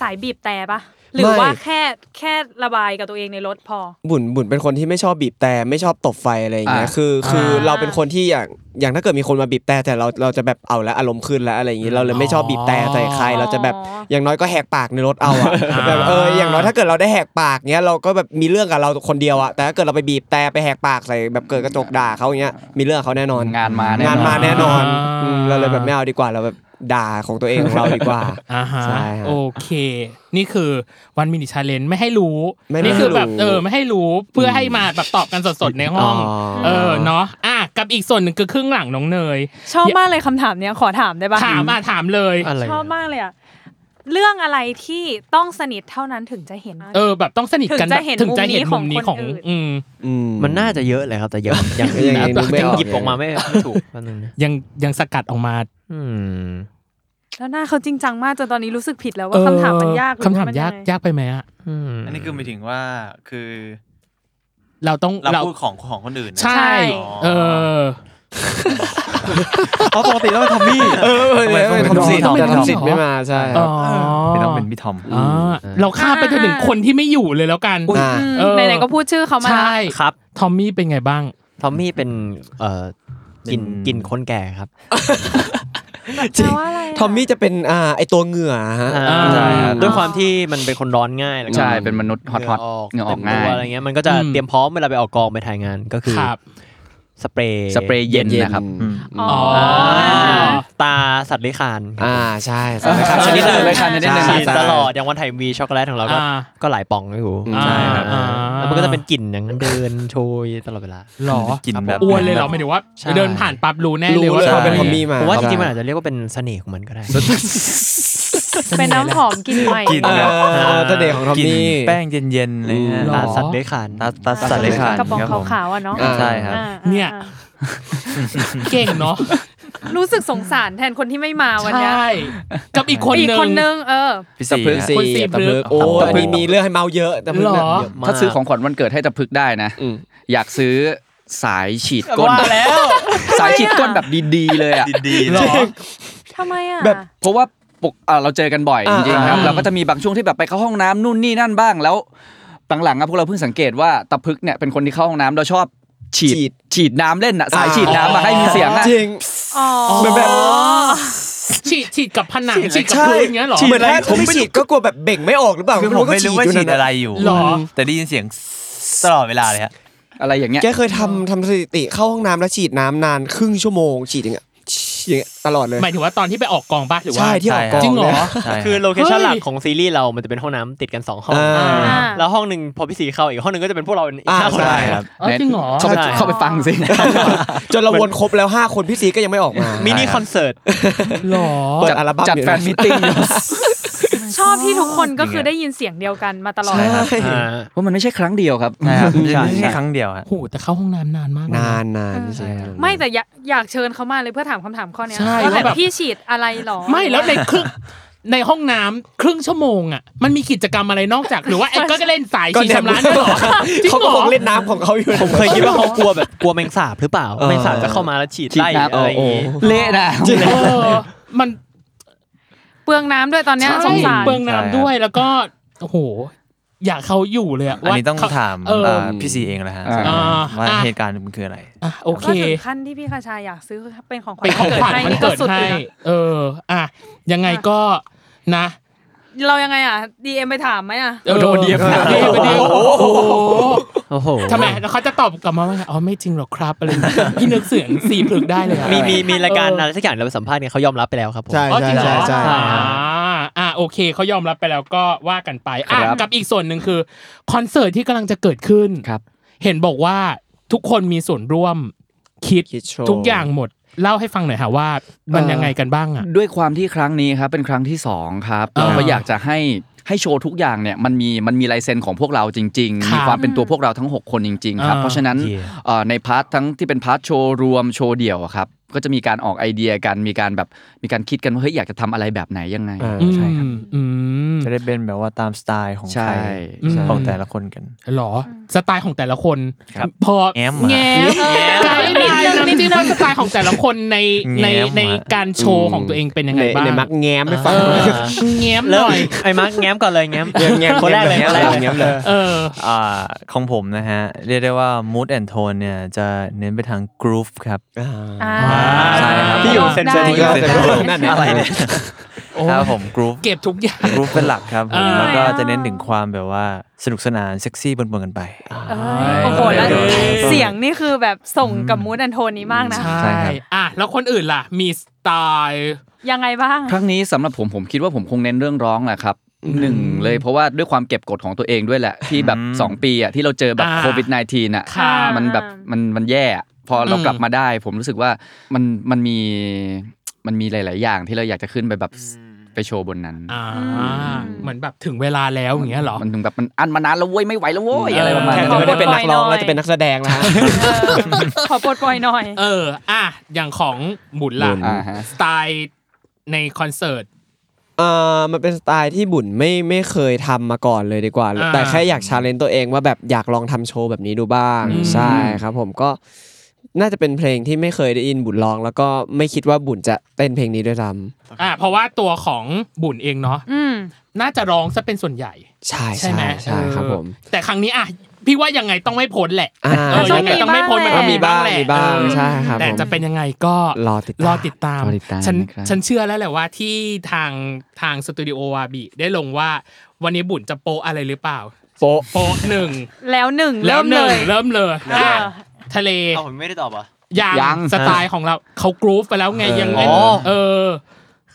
Speaker 3: สายบีบแต่ปะหรือว่าแค่แค่ระบายกับตัวเองในรถพอ
Speaker 7: บุญบุญเป็นคนที่ไม่ชอบบีบแต่ไม่ชอบตบไฟอะไรอย่างเงี้ย
Speaker 6: อ่า
Speaker 7: คือคืออา เราเป็นคนที่อย่างอย่างถ้าเกิดมีคนมาบีบแต่แต่เราเราจะแบบเอาละอารมณ์ขึ้นแล้วอะไรอย่างงี้เราเลยไม่ชอบบีบแต่ใส่ใครเราจะแบบอย่างน้อยก็แหกปากในรถเอาอะแบบเอออย่างน้อยถ้าเกิดเราได้แหกปากเงี้ยเราก็แบบมีเรื่องกับเราคนเดียวอะแต่ถ้าเกิดเราไปบีบแต่ไปแหกปากใส่แบบเกิดกระจกด่าเขาอย่างเงี้ยมีเรื่องกับเขาแน่นอน
Speaker 6: งานมาแน่นอน
Speaker 7: งานมาแน่นอนอืมเราเลยแบบไม่เอาดีกว่าเราแบบด่าของตัวเองของเราดีกว่า
Speaker 2: อ่าฮะ
Speaker 7: ใช่ฮะ
Speaker 2: โอเค นี่คือวันมินิชาเลนไม่ให้รู้
Speaker 7: ไม่
Speaker 2: นี่คือแบบ
Speaker 7: ไม่ให้รู้
Speaker 2: เออไม่ให้รู้เพื่อให้มาแบบตอบกันสดๆในห้อง
Speaker 7: อ๋อ
Speaker 2: เออเนาะอ่ะกับอีกส่วนหนึ่งคือครึ่งหลังน้องเนย
Speaker 3: ชอบมากเลยคำถามเนี้ยขอถามได้ปะ
Speaker 2: ถามอ่ะถามเลย
Speaker 5: อะไร
Speaker 3: ชอบมากเลยอะเรื่องอะไรที่ต้องสนิทเท่านั้นถึงจะเห็น
Speaker 2: เออแบบต้องสนิทกันแบบ
Speaker 3: ถึ
Speaker 2: ถึง
Speaker 3: ง
Speaker 2: จะ
Speaker 3: จะเห็
Speaker 2: เห็น
Speaker 3: น
Speaker 2: มุมนี้
Speaker 3: มุมนี้
Speaker 2: ข
Speaker 3: ข
Speaker 2: อ
Speaker 3: อง งคนอื่น
Speaker 2: อืม
Speaker 7: อื
Speaker 5: มันน่าจะเยอะเลยครับแต่ยังยัง
Speaker 7: ยังยังนึกไม่ออก
Speaker 5: หยิบออกมาไม่ไม่ ถูกแป๊บนึงนะ
Speaker 2: ยังยังสกัดออกมา
Speaker 5: อืม
Speaker 3: แล้วหน้าเขาจริงจังมากจนตอนนี้รู้สึกผิดแล้ว
Speaker 2: เอ
Speaker 3: ว่า
Speaker 2: อ
Speaker 3: คำถามมันยากหรือ
Speaker 2: คำถาม
Speaker 3: ว่น
Speaker 2: ยาก
Speaker 3: งไง
Speaker 2: ยากไปไหมอะ
Speaker 4: อันนี้คือหมายถึงว่าคือ
Speaker 2: เราต้อง
Speaker 4: เรา
Speaker 2: เรา
Speaker 4: พูดของของคนอื่นนะ
Speaker 2: ใช่
Speaker 3: ใช่
Speaker 2: เออ
Speaker 4: อ๋อปกติต้องเป็นทอมมี่
Speaker 7: เออเออเออ
Speaker 4: ทำไม
Speaker 7: ทำสิทธิ์
Speaker 4: ต้องเป็น
Speaker 7: แต่
Speaker 4: น้อง
Speaker 7: ทำสิทธิ์ไม่มาใช่ครับ
Speaker 4: เป็นต้องเป็นพี่ทอม
Speaker 2: อ่าเราข้ามไปจนถึงคนที่ไม่อยู่เลยแล้วกัน
Speaker 7: อ่า
Speaker 3: อืม
Speaker 2: เออ
Speaker 3: ไหนๆก็พูดชื่อเขามา
Speaker 2: ใช่
Speaker 5: ครับ
Speaker 2: ทอมมี่เป็นไงบ้าง
Speaker 5: ทอมมี่เป็นเอ่อกิน
Speaker 4: เป็น
Speaker 5: กินคนแก่ครับ
Speaker 3: แปลว่าอะไระ
Speaker 7: ทอมมี่จะเป็นอ่าไอตัวเหงื่อฮะ
Speaker 5: อ่า
Speaker 4: ใช่ครับ
Speaker 5: ด้วยความที่มันเป็นคนร้อนง่ายแล้วก็
Speaker 6: ใช่เป็นมนุษย์ฮอตฮอต
Speaker 5: เห
Speaker 6: เหงื่
Speaker 5: งื่ออ
Speaker 6: อออ
Speaker 5: อก ก
Speaker 6: ง่า
Speaker 5: ง่าย ยอะไรเงี้ยมันก็จะ
Speaker 2: อืม
Speaker 5: เตรียมพร้อมเวลาไปออกกองไปถ่ายงานก็คือ
Speaker 2: ครับ
Speaker 5: สเปรย์
Speaker 6: สเปรย์เย็นนะครับ
Speaker 4: อืม
Speaker 3: อ๋อ
Speaker 2: อ๋
Speaker 3: อ
Speaker 2: อ
Speaker 5: ตาสัตว์เลื้อยคลาน
Speaker 7: อ่าใช่
Speaker 6: อ่า
Speaker 7: ครับ
Speaker 6: สัตว์เลื้อยคลาน
Speaker 7: ใช่ใช่
Speaker 6: สัตว์เลื้อยคลาน
Speaker 5: ฉีด
Speaker 7: ใช่
Speaker 5: ตลอดอย่างวันถ่ายวีช็อกโกแลตของเราก็
Speaker 2: อ่า
Speaker 5: ก็หลายป่องอยู่
Speaker 7: อ่า
Speaker 5: ใช่ครับ
Speaker 2: อ่า
Speaker 5: แล้วมันก็จะเป็นกลิ่นอย่างนั้นเดินโชยตลอดเวลา
Speaker 2: หรอ
Speaker 4: กินแบบ
Speaker 2: อ้วนเลยเหรอหมายถึงว่า
Speaker 5: ใช่
Speaker 2: เดินผ่านปั๊บรู้แน่
Speaker 7: รู้
Speaker 2: เลยว่า
Speaker 7: เลย
Speaker 2: เขา
Speaker 7: ว่า
Speaker 2: เป็
Speaker 7: เป็น นท
Speaker 2: ท
Speaker 7: อ
Speaker 2: อม
Speaker 7: ม
Speaker 2: มี่
Speaker 7: มี่มา
Speaker 5: ผมว่าจริงๆมัน
Speaker 7: ใช่
Speaker 5: อาจจะเรียกว่าเป็นเสน่ห์ของมันก็ได้
Speaker 3: เป็นน้ำหอมกลินใหม่
Speaker 4: กลิ่น
Speaker 7: เออเสน่ห์ของทอม
Speaker 4: กิน
Speaker 7: มี่
Speaker 4: แป้งเย็นๆอะไรเงี้ย
Speaker 2: หรอ
Speaker 5: ตาสัตว์เลื้อยคลาน
Speaker 4: ตาตาสัตว์เลยค่ะ
Speaker 3: กระป๋อง
Speaker 4: คบผม
Speaker 3: ขาวๆอ่ะเนาะ
Speaker 7: อ่า
Speaker 4: ใช่ครับ
Speaker 3: อ่า
Speaker 2: เนี่ย
Speaker 3: อ่า
Speaker 2: เก่งเนาะ
Speaker 3: รู้สึกสงสารแทนคนที่ไม่มาวันเนี้ย
Speaker 2: ใช่กับอีกคน
Speaker 3: อีก
Speaker 2: หนึ่ง
Speaker 3: คนนึงเออ
Speaker 4: พี่
Speaker 7: ตะ
Speaker 4: สี่
Speaker 7: พึก
Speaker 4: ฮะ
Speaker 7: สี
Speaker 2: คนสี่
Speaker 7: ตะพึก
Speaker 2: พฤกษ์
Speaker 7: โอ้
Speaker 2: ตะ
Speaker 7: อัน
Speaker 2: พึก
Speaker 7: นี้มีเรื่องให้เมาเยอะตะพึก
Speaker 2: หรอ
Speaker 7: เนี่ยเยอะมก
Speaker 6: ถ้าซื้อของขวัญวันเกิดให้ตะพึกได้นะ
Speaker 7: อืม
Speaker 6: อยากซื้อสายฉีดก้นสายฉีดก้นแบบดีๆเลยอ่ะ
Speaker 4: ดีๆ
Speaker 2: หร
Speaker 4: เล
Speaker 2: อ
Speaker 4: ย
Speaker 3: ทำไมอ่ะ
Speaker 6: แบบเพราะว่าปกอ่าเราเจอกันบ่อย
Speaker 7: อ่า
Speaker 6: จริงๆครับ
Speaker 2: อ่า
Speaker 6: เราก็จะมีบางช่วงที่แบบไปเข้าห้องน้ำนู่นนี่นั่นบ้างแล้วหลังๆอะพวกเราเพิ่งสังเกตว่าตะพึกเนี่ยเป็นคนที่เข้าห้องน้ำเราชอบฉี
Speaker 7: ฉี
Speaker 6: ด
Speaker 7: ด
Speaker 6: ฉีดน้ำเล่นอะสายฉีดน้ำมาให้มีเสียงอะ
Speaker 7: จริง
Speaker 3: อ๋อ
Speaker 7: เหมือนแบบ
Speaker 2: ฉีดฉีดกับผนังฉีดกับ
Speaker 7: ใช่
Speaker 2: พื้นอย่างเงี้ยเหรอ
Speaker 7: เหมือนแรกผมไม่ฉีดก็กลัวแบบเบ่งไม่ออกหรือเปล่า
Speaker 4: คือผมไม่รู้ว่าฉี
Speaker 7: ยู่
Speaker 4: ด
Speaker 7: นั่น
Speaker 4: อะไรอยู่
Speaker 2: หรอ
Speaker 4: แต่ได้ยินเสียงตลอดเวลาเลยฮะ
Speaker 6: อะไรอย่างเงี้ย
Speaker 7: แกเคยทำทำสถิติเข้าห้องน้ำแล้วฉีดน้ำนานครึ่งชั่วโมงฉีดอย่างเงี้ยอย่างเงี้ยตลอดเลย
Speaker 2: หมายถึงว่าตอนที่ไปออกกองบ้าหรือว่า
Speaker 7: ใช่ที่ออกกอง
Speaker 2: จริงเหรอ
Speaker 7: นี่ย
Speaker 4: ใช่
Speaker 5: คือโลเคชั่น
Speaker 2: เฮ้ย
Speaker 5: หลักของซีรีส์เรา มันจะเป็นห้องน้ำติดกัน 2 ห้อง
Speaker 7: อ่า
Speaker 3: อ่า
Speaker 5: แล้วห้องหนึ่งพอพี่สีเข้าอีกห้องหนึ่งก็จะเป็นพวกเราอีกห้าคน
Speaker 7: อ่าใช่
Speaker 4: ครับ
Speaker 2: เออจริงเหรอ
Speaker 6: เข้าไป
Speaker 5: ใช่
Speaker 6: เข้าไปฟังสิ
Speaker 7: จนเราวนครบแล้ว 5 คนพี่ซีก็ยังไม่ออกมามิ
Speaker 5: มินิคอนเสิร์ต
Speaker 2: หรอ
Speaker 7: เปิดอัลบั้ม
Speaker 6: จัด
Speaker 7: อยู่ะ
Speaker 6: แฟนมิทติ้งอยู่
Speaker 3: ชอบที่ทุกคนก็คือได้ยินเสียงเดียวกันมาตลอด
Speaker 4: ใช่ครับ
Speaker 6: เพราะมันไม่ใช่ครั้งเดียวครับ
Speaker 4: ใช่ครับ
Speaker 5: ใช่
Speaker 4: ไม่ใช่ครั้งเดียวฮะ
Speaker 2: โหแต่เข้าห้องน้ำนานมากเลยะ
Speaker 7: นานนาน
Speaker 3: เออ
Speaker 7: ใช่ครับ
Speaker 3: ไม่แต่อยากอยากเชิญเขามาเลยเพื่อถามคำถามข้อเนี้ย
Speaker 2: ใช่
Speaker 3: ว่า
Speaker 2: ว่า
Speaker 3: แบ
Speaker 2: แบบ
Speaker 3: บพี่ฉีดอะไรหรอ
Speaker 2: ไม่แล้วในครึ่งในห้องน้ำครึ่งชั่วโมงอ่ะมันมีกิจกรรมอะไรนอกจาก หรือว่าไอ้ก็เล่นสายชีชำระด้วยเหรอจริง
Speaker 7: เขา
Speaker 2: เหร
Speaker 7: ก็
Speaker 2: อ
Speaker 7: คงเล่นน้ำของเขาอยู่
Speaker 5: ผมเคยคิดว่าเขากลัวแบบกลัวแมงสาบหรือเปล่า แมงสาบจะเข้ามาแล้วฉีด
Speaker 6: ฉีด
Speaker 5: ไล่
Speaker 6: น้ำ
Speaker 5: อะไรอย่างงี้
Speaker 6: โอ้โหเละนะ
Speaker 2: เออมัน
Speaker 3: เปลืองน้ำด้วยตอนเนี้ย
Speaker 2: ใช่
Speaker 3: สงสาร
Speaker 2: เปลืองน้ำด้วยแล้วก็โอ้โห อยากเขาอยู่เลยะ
Speaker 4: อันนี้ต้อง
Speaker 2: ว่เข
Speaker 4: ถาม
Speaker 2: เออ
Speaker 4: เอ่อพี่ซีเองนะฮะ
Speaker 6: อ่า
Speaker 4: ว่า
Speaker 2: อ่ะ
Speaker 4: เหตุการณ์มันคืออะไร
Speaker 2: อ่ะโอเค
Speaker 3: ก็ถึงขั้นที่พี่คาชาอยากซื้อเป็นของขวัญ
Speaker 2: เป็นของขวัญมันเกิดให้
Speaker 3: อยู่นะ
Speaker 2: เอออ่ะยังไงก็นะ
Speaker 3: เรายังไงอ่ะดีเอ็มไปถามไหมอ่ะ
Speaker 2: เออโดนเดียบเดียบเดียบโอ้โห
Speaker 5: โอ้โห
Speaker 2: ทำไมแล้วเขาจะตอบกลับมาว่าไงอ๋อไม่จริงหรอกครับอะไรอย่างเงี้ยพี่นึกเสียงสีพลึกได้เลยอะ
Speaker 5: มีมีมีรายการ
Speaker 2: เอออ
Speaker 5: อะไรสักอย่างเราไปสัมภาษณ์เนี่ยเขายอมรับไปแล้วครับผม
Speaker 7: ใช่
Speaker 2: อ๋อจริงเหรอ
Speaker 7: ใช่ใช่
Speaker 2: อ่าอ่าโอเคเขายอมรับไปแล้วก็ว่ากันไปอ่ะ
Speaker 6: ครับ
Speaker 2: กับอีกส่วนหนึ่งคือคอนเสิร์ตที่กำลังจะเกิดขึ้น
Speaker 6: ครับ
Speaker 2: เห็นบอกว่าทุกคนมีส่วนร่วมคิด
Speaker 7: คิดโชว์
Speaker 2: ทุกอย่างหมด เล่าให้ฟังหน่อยฮะว่า มันยังไงกันบ้างอ่ะ
Speaker 6: ด้วยความที่ครั้งนี้ครับเป็นครั้งที่สองครับ
Speaker 2: อ่า
Speaker 6: เราก็อยากจะให้ให้โชว์ทุกอย่างเนี่ยมันมีมันมีลายเซ็นของพวกเราจริง
Speaker 2: ครับ
Speaker 6: ๆมีความเป็นตัวพวกเราทั้ง 6 คนจริง ๆ ครับ
Speaker 2: อ่า
Speaker 6: เพราะฉะนั้น
Speaker 5: โอเค
Speaker 6: เอ่อในพาร์ททั้งที่เป็นพาร์ทโชว์รวมโชว์เดี่ยวอะครับ ก็จะมีการออกไอเดียกันมีการแบบมีการคิดกันว่าเฮ้ยอยากจะทำอะไรแบบไหนยังไง
Speaker 7: อ่า
Speaker 6: ใช่ครั
Speaker 2: อื
Speaker 6: บ
Speaker 2: มอืม
Speaker 4: จะได้เป็นแบบว่าตามสไตล์ของ
Speaker 6: ใช่
Speaker 4: ใคร
Speaker 6: ใช่
Speaker 4: ของแต่ละคนกัน
Speaker 2: หรอ สไตล์ของแต่ละคน
Speaker 4: ครับ
Speaker 2: พอ
Speaker 4: แง้มมา
Speaker 2: แง้มใช่นิดนึงนิดนึงว่าสไตล์ของแต่ละคนในใน
Speaker 4: แง้มมา
Speaker 2: ในการโชว์ของตัวเองเป็นยังไงบ้าง
Speaker 7: ในมักแง้มไม่ฟัง
Speaker 2: เออแง้มหน่อย
Speaker 5: ไอ้มาร์กแง้มก่อนเลยแง้ม
Speaker 7: แง้ม
Speaker 5: คนแรกเลย
Speaker 7: แง้ม
Speaker 5: คน
Speaker 7: เล
Speaker 5: แร
Speaker 7: ย
Speaker 5: ก
Speaker 7: แง้ม
Speaker 5: เลย
Speaker 7: เลย
Speaker 2: เออ
Speaker 4: อ่าของผมนะฮะ เรียกได้ว่า mood and tone เนี่ยจะเน้นไปทาง groove ครับ
Speaker 3: อ่า
Speaker 4: ใช่ครับ
Speaker 5: ที่อยู่เซ็นเซอร์ที่อยู่เซ็นเซอร์
Speaker 3: ได้
Speaker 4: อะไรเนี่ย
Speaker 2: โอ้
Speaker 4: ครับผม groove
Speaker 2: เก็บทุกอย่าง
Speaker 4: กรุ๊ปเป็นหลักครับผม
Speaker 2: อ่า
Speaker 4: แล้วก็จะเน้นถึงความแบบว่าสนุกสนานเซ็กซี่ปนๆกันไป
Speaker 3: เอ้ยโอ้โหแล้ว
Speaker 4: เออ
Speaker 3: เสียงนี่คือแบบส่งกับมูดแอนโทนนี้มากนะ
Speaker 4: ใช่ครับ
Speaker 2: อ่ะแล้วคนอื่นล่ะ มีสไตล์
Speaker 3: ยังไงบ้าง
Speaker 6: ครั้งนี้สำหรับผมผมคิดว่าผมคงเน้นเรื่องร้องแหละครับหนึ่งเลยเพราะว่าด้วยความเก็บกดของตัวเองด้วยแหละ ที่แบบ
Speaker 4: อืม
Speaker 6: 2 ปีอ่ะที่เราเจอแบบ
Speaker 2: อ่า
Speaker 6: โควิด -19 อ่ะ
Speaker 2: ครับ
Speaker 6: มันแบบมันมันแย่อะพอเรา
Speaker 2: อืม
Speaker 6: กลับมาได้ ผมรู้สึกว่ามันมันมีมันมีหลาย ๆ อย่างที่เราอยากจะขึ้นไปแบบไปโชว์บนนั้น
Speaker 2: อ่า
Speaker 3: อืม
Speaker 2: เหมือนแบบถึงเวลาแล้วอย่างเงี้ยเหรอ
Speaker 6: มันถึงแบบมันอันมานานแล้วเว้ยไม่ไหวแล้วเว้ยอะไรประมาณ
Speaker 7: แทน
Speaker 6: นั้
Speaker 7: จะ
Speaker 6: น
Speaker 7: ไม่ได้เป็นนักร้องแล้วจะเป็นนักแสดงแล้วฮะ
Speaker 3: เออขอปลดปล่อยหน่อย
Speaker 2: เออ อ่ะ อย่างของหมุนล่ะ
Speaker 7: หมุน
Speaker 6: อ่าฮะ
Speaker 2: สไตล์ในคอนเสิร์ต
Speaker 7: เออมันเป็นสไตล์ที่บุญไม่ไม่เคยทำมาก่อนเลยดีกว่า
Speaker 2: อ่า
Speaker 7: แต่แค่อยากชาเลนจ์ตัวเองว่าแบบอยากลองทำโชว์แบบนี้ดูบ้าง
Speaker 2: อืม
Speaker 7: ใช่ครับผมก็น่าจะเป็นเพลงที่ไม่เคยได้ยินบุญร้อง แล้วก็ไม่คิดว่าบุญจะเต้นเพลงนี้ด้วยซ้
Speaker 2: อ่ะ เพราะว่าตัวของบุญเองเนาะ
Speaker 3: อืม
Speaker 2: น่าจะร้องซะเป็นส่วนใหญ่
Speaker 7: ำใช่
Speaker 2: ใช่
Speaker 7: ใช่
Speaker 2: ไหม
Speaker 7: ใช่ครับ
Speaker 2: เออ
Speaker 7: ผม
Speaker 2: แต่ครั้งนี้อ่ะ พี่ว่ายังไงต้องไม่พ้นแหละ
Speaker 7: อ่า
Speaker 2: เออ
Speaker 3: ต้
Speaker 7: ใช่
Speaker 3: อง
Speaker 2: ยังไงต้องไม่พ้น
Speaker 3: มี
Speaker 2: มัน
Speaker 3: บ้าง
Speaker 2: ก็
Speaker 7: มีบ้าง
Speaker 2: แหละ
Speaker 7: มีบ้าง
Speaker 2: เออ
Speaker 7: ใช่ครับ
Speaker 2: แต่
Speaker 7: ผม
Speaker 2: จะเป็นยังไงก็
Speaker 7: รอติด
Speaker 2: ร
Speaker 7: ตาม
Speaker 2: อติดตาม
Speaker 6: รอติดตาม
Speaker 2: ฉัน
Speaker 6: นะครับ
Speaker 2: ฉันเชื่อแล้วแหละว่าที่ทางทางสตูดิโอวาบีได้ลงว่า วันนี้บุญจะโปะอะไรหรือเปล่า
Speaker 7: โปะ
Speaker 2: โปะหนึ่ง
Speaker 3: แล้วหนึ่งเริ่มเลย
Speaker 2: เริ่มเลย
Speaker 3: เอออ่
Speaker 2: ะทะเล
Speaker 5: เอาผมไม่ได้ตอบอ่ะ
Speaker 2: ยัง
Speaker 6: ยัง
Speaker 2: สไตล์ของเราเขากรูฟไปแล้วไงยังไง
Speaker 5: อ๋อ
Speaker 2: เออ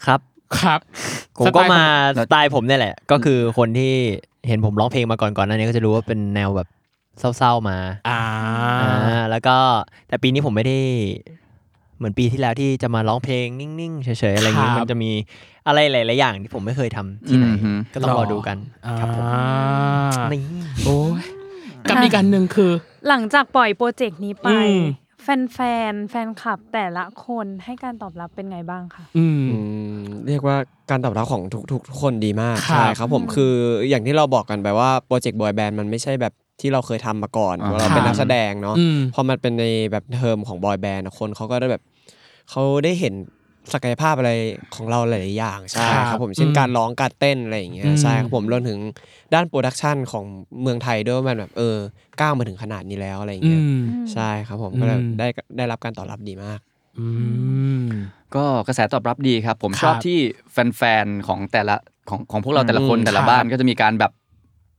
Speaker 5: ครับ
Speaker 2: ครับ
Speaker 5: ผมก็มา
Speaker 2: สไตล์ของ
Speaker 5: สไตล์ผมเนี่ยแหละ ก็คือคนที่เห็นผมร้องเพลงมาก่อนก่อนหน้านี้ก็จะรู้ว่าเป็นแนวแบบเศร้าๆมา
Speaker 2: อ่า
Speaker 5: อ่าแล้วก็แต่ปีนี้ผมไม่ได้เหมือนปีที่แล้วที่จะมาร้องเพลงนิ่งๆเฉยๆอะไรอย่างนี้
Speaker 2: ครับ
Speaker 5: มันจะมีอะไรหลายๆอย่างที่ผมไม่เคยทำที่ไหน
Speaker 6: อืมฮึ
Speaker 5: ก็ต้องรอดูกัน
Speaker 2: อ่า
Speaker 5: ครับผมนี่
Speaker 2: โอ้ยกับอีกอันหนึ่งคือ
Speaker 3: หลังจากปล่อยโปรเจกต์นี้ไป
Speaker 2: อืม
Speaker 3: แฟนแฟนๆแฟนคลับแต่ละคนให้การตอบรับเป็นไงบ้างคะ
Speaker 2: อืม
Speaker 7: อืมเรียกว่าการตอบรับของทุกทุกทุกคนดีมาก
Speaker 2: ครับ
Speaker 7: ใช่ครับผม
Speaker 3: อืม
Speaker 7: คืออย่างที่เราบอกกันไปว่าโปรเจกต์บอยแบนด์มันไม่ใช่แบบที่เราเคยทำมาก่อน
Speaker 6: อ่า
Speaker 7: เราเป็นนักแสดงเนาะ
Speaker 2: อืม
Speaker 7: พอมันเป็นในแบบเทอมของบอยแบนด์คนเขาก็ได้แบบเขาได้เห็นศักยภาพอะไรของเราหลายๆอย่างใช่
Speaker 2: ครับ
Speaker 7: ครับผมเช่นการร้องการเต้นอะไรอย่างเงี้
Speaker 2: อื
Speaker 7: ย
Speaker 2: ม
Speaker 7: ใช่ครับผมรวมถึงด้านโปรดักชันของเมืองไทยด้วยว่ามันแบบเออก้าวมาถึงขนาดนี้แล้วอะไรอย่าง
Speaker 2: อื
Speaker 7: เงี้ย
Speaker 2: ม
Speaker 3: อืม
Speaker 7: ใช่ครับผมก็เลย
Speaker 2: อืม
Speaker 7: ได้ได้รับการตอบรับดีมาก
Speaker 2: อืม
Speaker 6: ก็กระแสตอบรับดีครับ ผม
Speaker 2: ครับ
Speaker 6: ชอบที่แฟนๆของแต่ละของของพวกเราแต่ละคน
Speaker 7: อืม
Speaker 6: แต่ละ
Speaker 2: ครับ
Speaker 6: บ้านก็จะมีการแบบ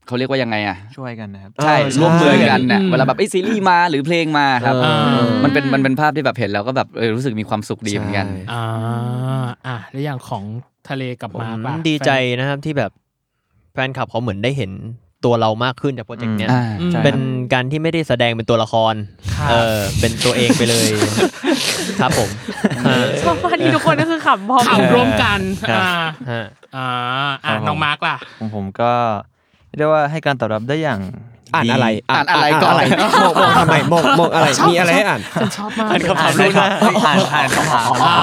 Speaker 6: เขาเรียกว่ายังไงอ่ะ
Speaker 4: ช่วยกันนะครับ
Speaker 6: ใช่
Speaker 7: เออใช่
Speaker 6: ร่วมมือกันน่ะ
Speaker 2: อืม
Speaker 6: เวลาแบบไอ้ยซีรีส์มาหรือเพลงมาครับ
Speaker 7: เออ
Speaker 2: ามั
Speaker 6: มันเป็นมันเป็นภาพที่แบบเห็นแล้วก็แบบเออรู้สึกมีความสุขดีเหมือนกัน
Speaker 2: อ่าอ่ะแล้วอย่างของทะเลกับ
Speaker 5: ผม
Speaker 2: มาป่ะ
Speaker 5: ดีใจนะครับที่แบบแฟนคลับเขาเหมือนได้เห็นตัวเรามากขึ้นจากโปรเจกต์เนี้ย
Speaker 6: อ่าใช่
Speaker 5: เป็น
Speaker 6: ครับ
Speaker 5: การที่ไม่ได้แสดงเป็นตัวละคร
Speaker 2: ครับ
Speaker 5: เออเป็นตัวเองไปเลย ครับ ผม
Speaker 3: ชอบว่าที่ทุกคนก็คือขำพร้อม
Speaker 2: ข่าวร่วมกัน
Speaker 4: ครับ
Speaker 2: อ่า
Speaker 5: ฮะ
Speaker 2: อ่า อ่ะ น้องมาร์กล่ะ
Speaker 4: ของผมก็เรียกได้ว่าให้การตอบรับได้อย่าง
Speaker 7: อ่านอะไร
Speaker 6: อ่านอะไรก่อน
Speaker 7: มองมองทำไมมองมองอะไร
Speaker 2: ชอบ
Speaker 7: มีอะไรให้อ่าน
Speaker 2: ฉันชอบมาก
Speaker 4: อ่านคำถามล่วงหน้าอ่านอ่านคำถาม
Speaker 2: อ่า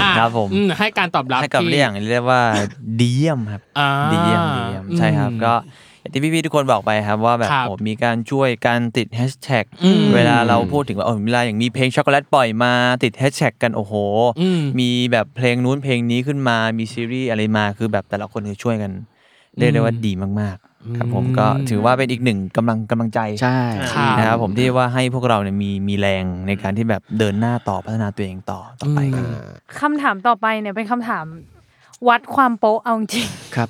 Speaker 2: อ่ะ
Speaker 4: ครับผม
Speaker 2: อืให้การตอบรับ
Speaker 4: ให้กับ
Speaker 2: ที่
Speaker 4: เรื่องเรียกว่าดีเยี่ยมครับ
Speaker 2: อ่า
Speaker 4: ดีเยี่ยมดีเยี่ยมใช่ครับก็อย่างที่พี่ๆทุกคนบอกไปครับว่าแบบ
Speaker 2: ครับ
Speaker 4: โอ้มีการช่วยการติดแฮชแท็ก
Speaker 2: อืม
Speaker 4: เวลาเราพูดถึงว่าโอ้เวลาอย่างมีเพลงช็อกโกแลตปล่อยมาติดแฮชแท็กกันโอ้โห
Speaker 2: อืม
Speaker 4: มีแบบเพลงนู้นเพลงนี้ขึ้นมามีซีรีส์อะไรมาคือแบบแต่ละคนคือช่วยกัน เรียกได้ว่าดีมากๆ ครับผม
Speaker 2: อืม
Speaker 4: ก็ถือว่าเป็นอีกหนึ่งกำลังกำลังใจ
Speaker 6: ใช่
Speaker 2: ครับ
Speaker 4: นะครับผมที่ว่าให้พวกเราเนี่ยมีมีแรงในการที่แบบเดินหน้าต่อพัฒนาตัวเองต่อต่อไปครับ
Speaker 2: อืม
Speaker 3: คำถามต่อไปเนี่ยเป็นคำถาม วัดความโป๊ะเอาจริง
Speaker 6: ครับ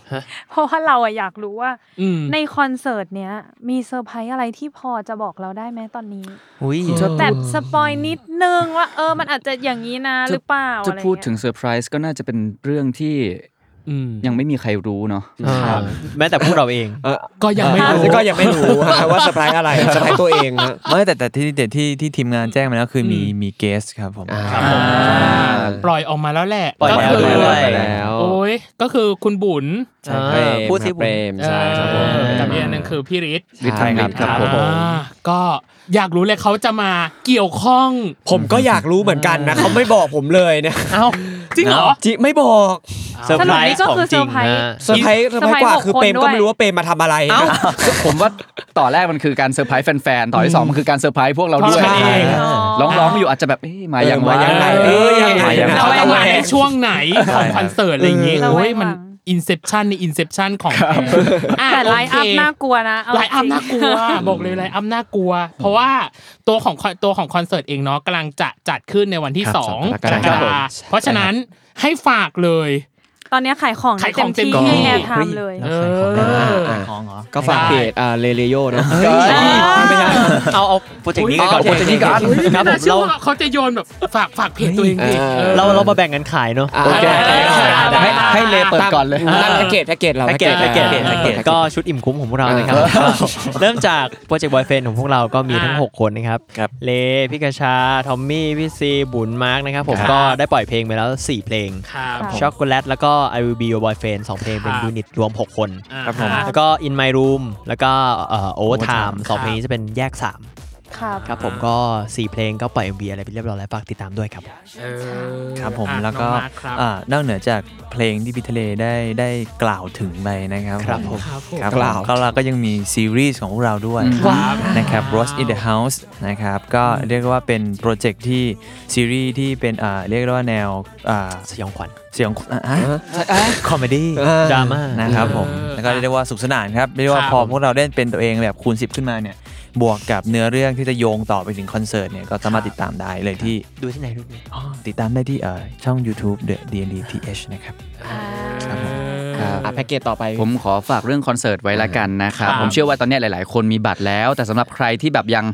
Speaker 3: เพราะว่าเราอะอยากรู้ว่า
Speaker 2: อืม
Speaker 3: ในคอนเสิร์ตเนี้ยมีเซอร์ไพรส์อะไรที่พอจะบอกเราได้ไหมตอนนี้
Speaker 4: อุ้ย
Speaker 3: แบบสปอยนิดนึงว่า เออมันอาจจะอย่างนี้นะ หรือเปล่า
Speaker 6: จะ
Speaker 3: อะไร
Speaker 6: พูดถึ
Speaker 3: เงี้ย
Speaker 6: งเซอร์ไพรส์ก็น่าจะเป็นเรื่องที่
Speaker 2: อืม
Speaker 6: ยังไม่มีใครรู้เนาะ
Speaker 5: อ่าแม้แต่พวกเราเอง
Speaker 2: ก็ยังไม่รู้
Speaker 7: ก็ยังไม่รู้ฮะว่าเซอร์ไพรส์อะไรเซอร์ไพรส์ตัวเองฮะ
Speaker 4: ไม่แต่แต่ที่ที่ที่ที่ทีมงานแจ้งมาแล้วคือมี
Speaker 2: อืม
Speaker 4: มีเกสครับผม
Speaker 7: อ่า
Speaker 2: อ่าปล่อยออกมาแล้วแหละ
Speaker 5: ปล่อย
Speaker 2: ก็
Speaker 5: มา
Speaker 2: คือ
Speaker 5: แล้วด้วย
Speaker 7: แล้ว
Speaker 2: โอ้ยก็คือคุณบุญ
Speaker 7: ใช่เปรม
Speaker 5: พูดสิ
Speaker 7: ครับเปรมใช่ครับผม
Speaker 2: เออกับอีกอันหนึงคือพี่ฤทธิ์
Speaker 6: ใช่ครับ
Speaker 7: ครับผม
Speaker 2: อ่าก็อยากรู้เลยเขาจะมาเกี่ยวข้อง
Speaker 7: ผมก็อยากรู้เหมือนกันนะเขาไม่บอกผมเลยนะ
Speaker 2: เอ้าจริงเหรอ
Speaker 7: จิไม่บอก
Speaker 5: เซอร์ไพรส์ของจริงนะ
Speaker 7: เซอร์ไพรส์เซอร์ไพรส์กว่าคือเปรมก็ไม่รู้ว่าเปรมมาทำอะไรนะ
Speaker 6: ผมว่าต่อแรกมันคือการเซอร์ไพรส์แฟนๆ ต่อที่สองมันคือการเซอร์ไพรส์พวกเราด้วย
Speaker 2: ใช่
Speaker 6: ร้องร้องๆอยู่อาจจะแบบเอ๊ะมาอย่างไร
Speaker 7: เออมาอย่างไรเออยังไง
Speaker 6: มาอย่างไร
Speaker 2: เราจะมาในช่วงไหนของคอนเสิร์ตอะไรอย่างงี้
Speaker 3: เออ
Speaker 2: โอ้ยมัน
Speaker 3: ระวัง
Speaker 2: อินเซ t ชันในอินเซ t ชันของอ่ะ
Speaker 3: แต่ไลฟ์อัพ
Speaker 2: โเค
Speaker 3: น่ากลัวนะเจริง
Speaker 2: ไลน์อัพน่ากลัว บอกเลยไลน์อัพน่ากลัว เพราะว่าตัวของคอนตัวของคอนเสิร์ตเองเนาะกำลังจะจัดขึ้นในวันที่
Speaker 6: ครับ
Speaker 2: สอง
Speaker 6: สองก
Speaker 2: ก
Speaker 6: ร
Speaker 2: ร
Speaker 6: ก
Speaker 2: ก
Speaker 6: ฎา
Speaker 2: ฎาค
Speaker 6: คม
Speaker 2: มเพราะฉะนั้นให้ฝากเลย
Speaker 3: ตอนเนี้ยขายของได้
Speaker 2: ขายของเต็มที่
Speaker 3: ที่แนวทามเลย
Speaker 2: เออ
Speaker 4: ขายของเหรอ
Speaker 7: ก็ฝากเพจอ่าเลเลโยเนาะ
Speaker 5: ไม่ใช่เอาเอาโปรเจกต์นี้
Speaker 6: เอาโปรเจกต์นี้ก่อน
Speaker 5: ครับผ
Speaker 2: น่ามเชื่อ
Speaker 5: เรา
Speaker 2: ว่าเขาจะโยนแบบฝากฝากเพจตัวเองดิ
Speaker 7: เออ
Speaker 2: ออ
Speaker 5: เราเรามาแบ่งกันขายเนาะ
Speaker 7: อ่ะ
Speaker 6: โอเค
Speaker 2: ได้ได้
Speaker 6: ให้ให้เลเปิดก่อนเลย
Speaker 7: ตั้งแพ็กเกจแพ็กเกจเรา
Speaker 5: แพ็กเกจแพ็กเกจ
Speaker 7: อ่า
Speaker 5: แพ็กเกจก็ชุดอิ่มคุ้มของพวกเรานะครับ
Speaker 7: อ่า
Speaker 5: ก็เริ่มจากโปรเจกต์บอยเฟนของพวกเราก็มีทั้ง
Speaker 2: อ่า
Speaker 5: 6 คนนะครับ
Speaker 4: ครับ
Speaker 5: เลพี่กระชา ทอมมี่ พี่ซี บุญมาร์กนะครับ ผม
Speaker 2: ครับ
Speaker 5: ก็ได้ปล่อยเพลงไปแล้ว 4 เพลง
Speaker 2: ครับ
Speaker 3: ผม
Speaker 5: ช็อกโกแลตแล้วก็ I will be your boyfriend 2 เพลงเป็น
Speaker 2: ครับ
Speaker 5: ยูนิตรวม 6 คน
Speaker 2: อ่า
Speaker 4: ครับผม
Speaker 5: แล้วก็ In My Room แล้วก็โอเวอร์ไท
Speaker 4: Overtime
Speaker 5: ม์สองเพลงนี้จะเป็นแยก 3
Speaker 3: ครับ
Speaker 5: ครับผมก็ 4 เพลงก็ปล่อย MV อะไรไปเรียบร้อยแล้วฝากติดตามด้วยครับ
Speaker 2: เออ
Speaker 4: ครับผม
Speaker 2: อ่ะ
Speaker 4: แล้วก็
Speaker 2: น้องมาร์คครับ
Speaker 4: อ่านอกเหนือจากเพลงที่พิทะเลได้ได้กล่าวถึงไปนะครับ
Speaker 5: ครับผม
Speaker 2: ครับผม
Speaker 4: ครับ
Speaker 7: กล่าว
Speaker 4: ก็เราก็ยังมีซีรีส์ของพวกเราด้วย
Speaker 2: ว้าว
Speaker 4: นะครับ Rose in the House นะครับก็เรียกว่าเป็นโปรเจกต์ที่ซีรีส์ที่เป็นอ่าเรียกได้ว่าแนวอ่า
Speaker 5: สยองขวัญ
Speaker 4: เสียงอ่ะคอมเมดี้
Speaker 5: ดราม่า
Speaker 4: นะครับผม
Speaker 2: เออ
Speaker 4: แล้วก็เรียกได้ว่าสุขสนานครับเรียกได้ว่า
Speaker 2: ครับ
Speaker 4: พอพวกเราได้เป็นตัวเองแบบคูณ 10 ขึ้นมาเนี่ยบวกกับเนื้อเรื่องที่จะโยงต่อไปถึงคอนเสิร์ตเนี่ยก็สามารถติดตามได้เลยที่
Speaker 5: ดูที่ไหนรูปนี้
Speaker 4: อ๋อติดตามได้ที่เอ่อช่อง YouTube The DND TH นะครับ ครับผม
Speaker 2: เออ
Speaker 7: อ่ะแพ็กเกจต่อไป
Speaker 6: ผมขอฝากเรื่องคอนเสิร์ตไว้ละกันนะครับ
Speaker 2: ครับ
Speaker 6: ผมเชื่อว่าตอนเนี้ยหลาย ๆ คนมีบัตรแล้ว แต่สำหรับใครที่แบบยัง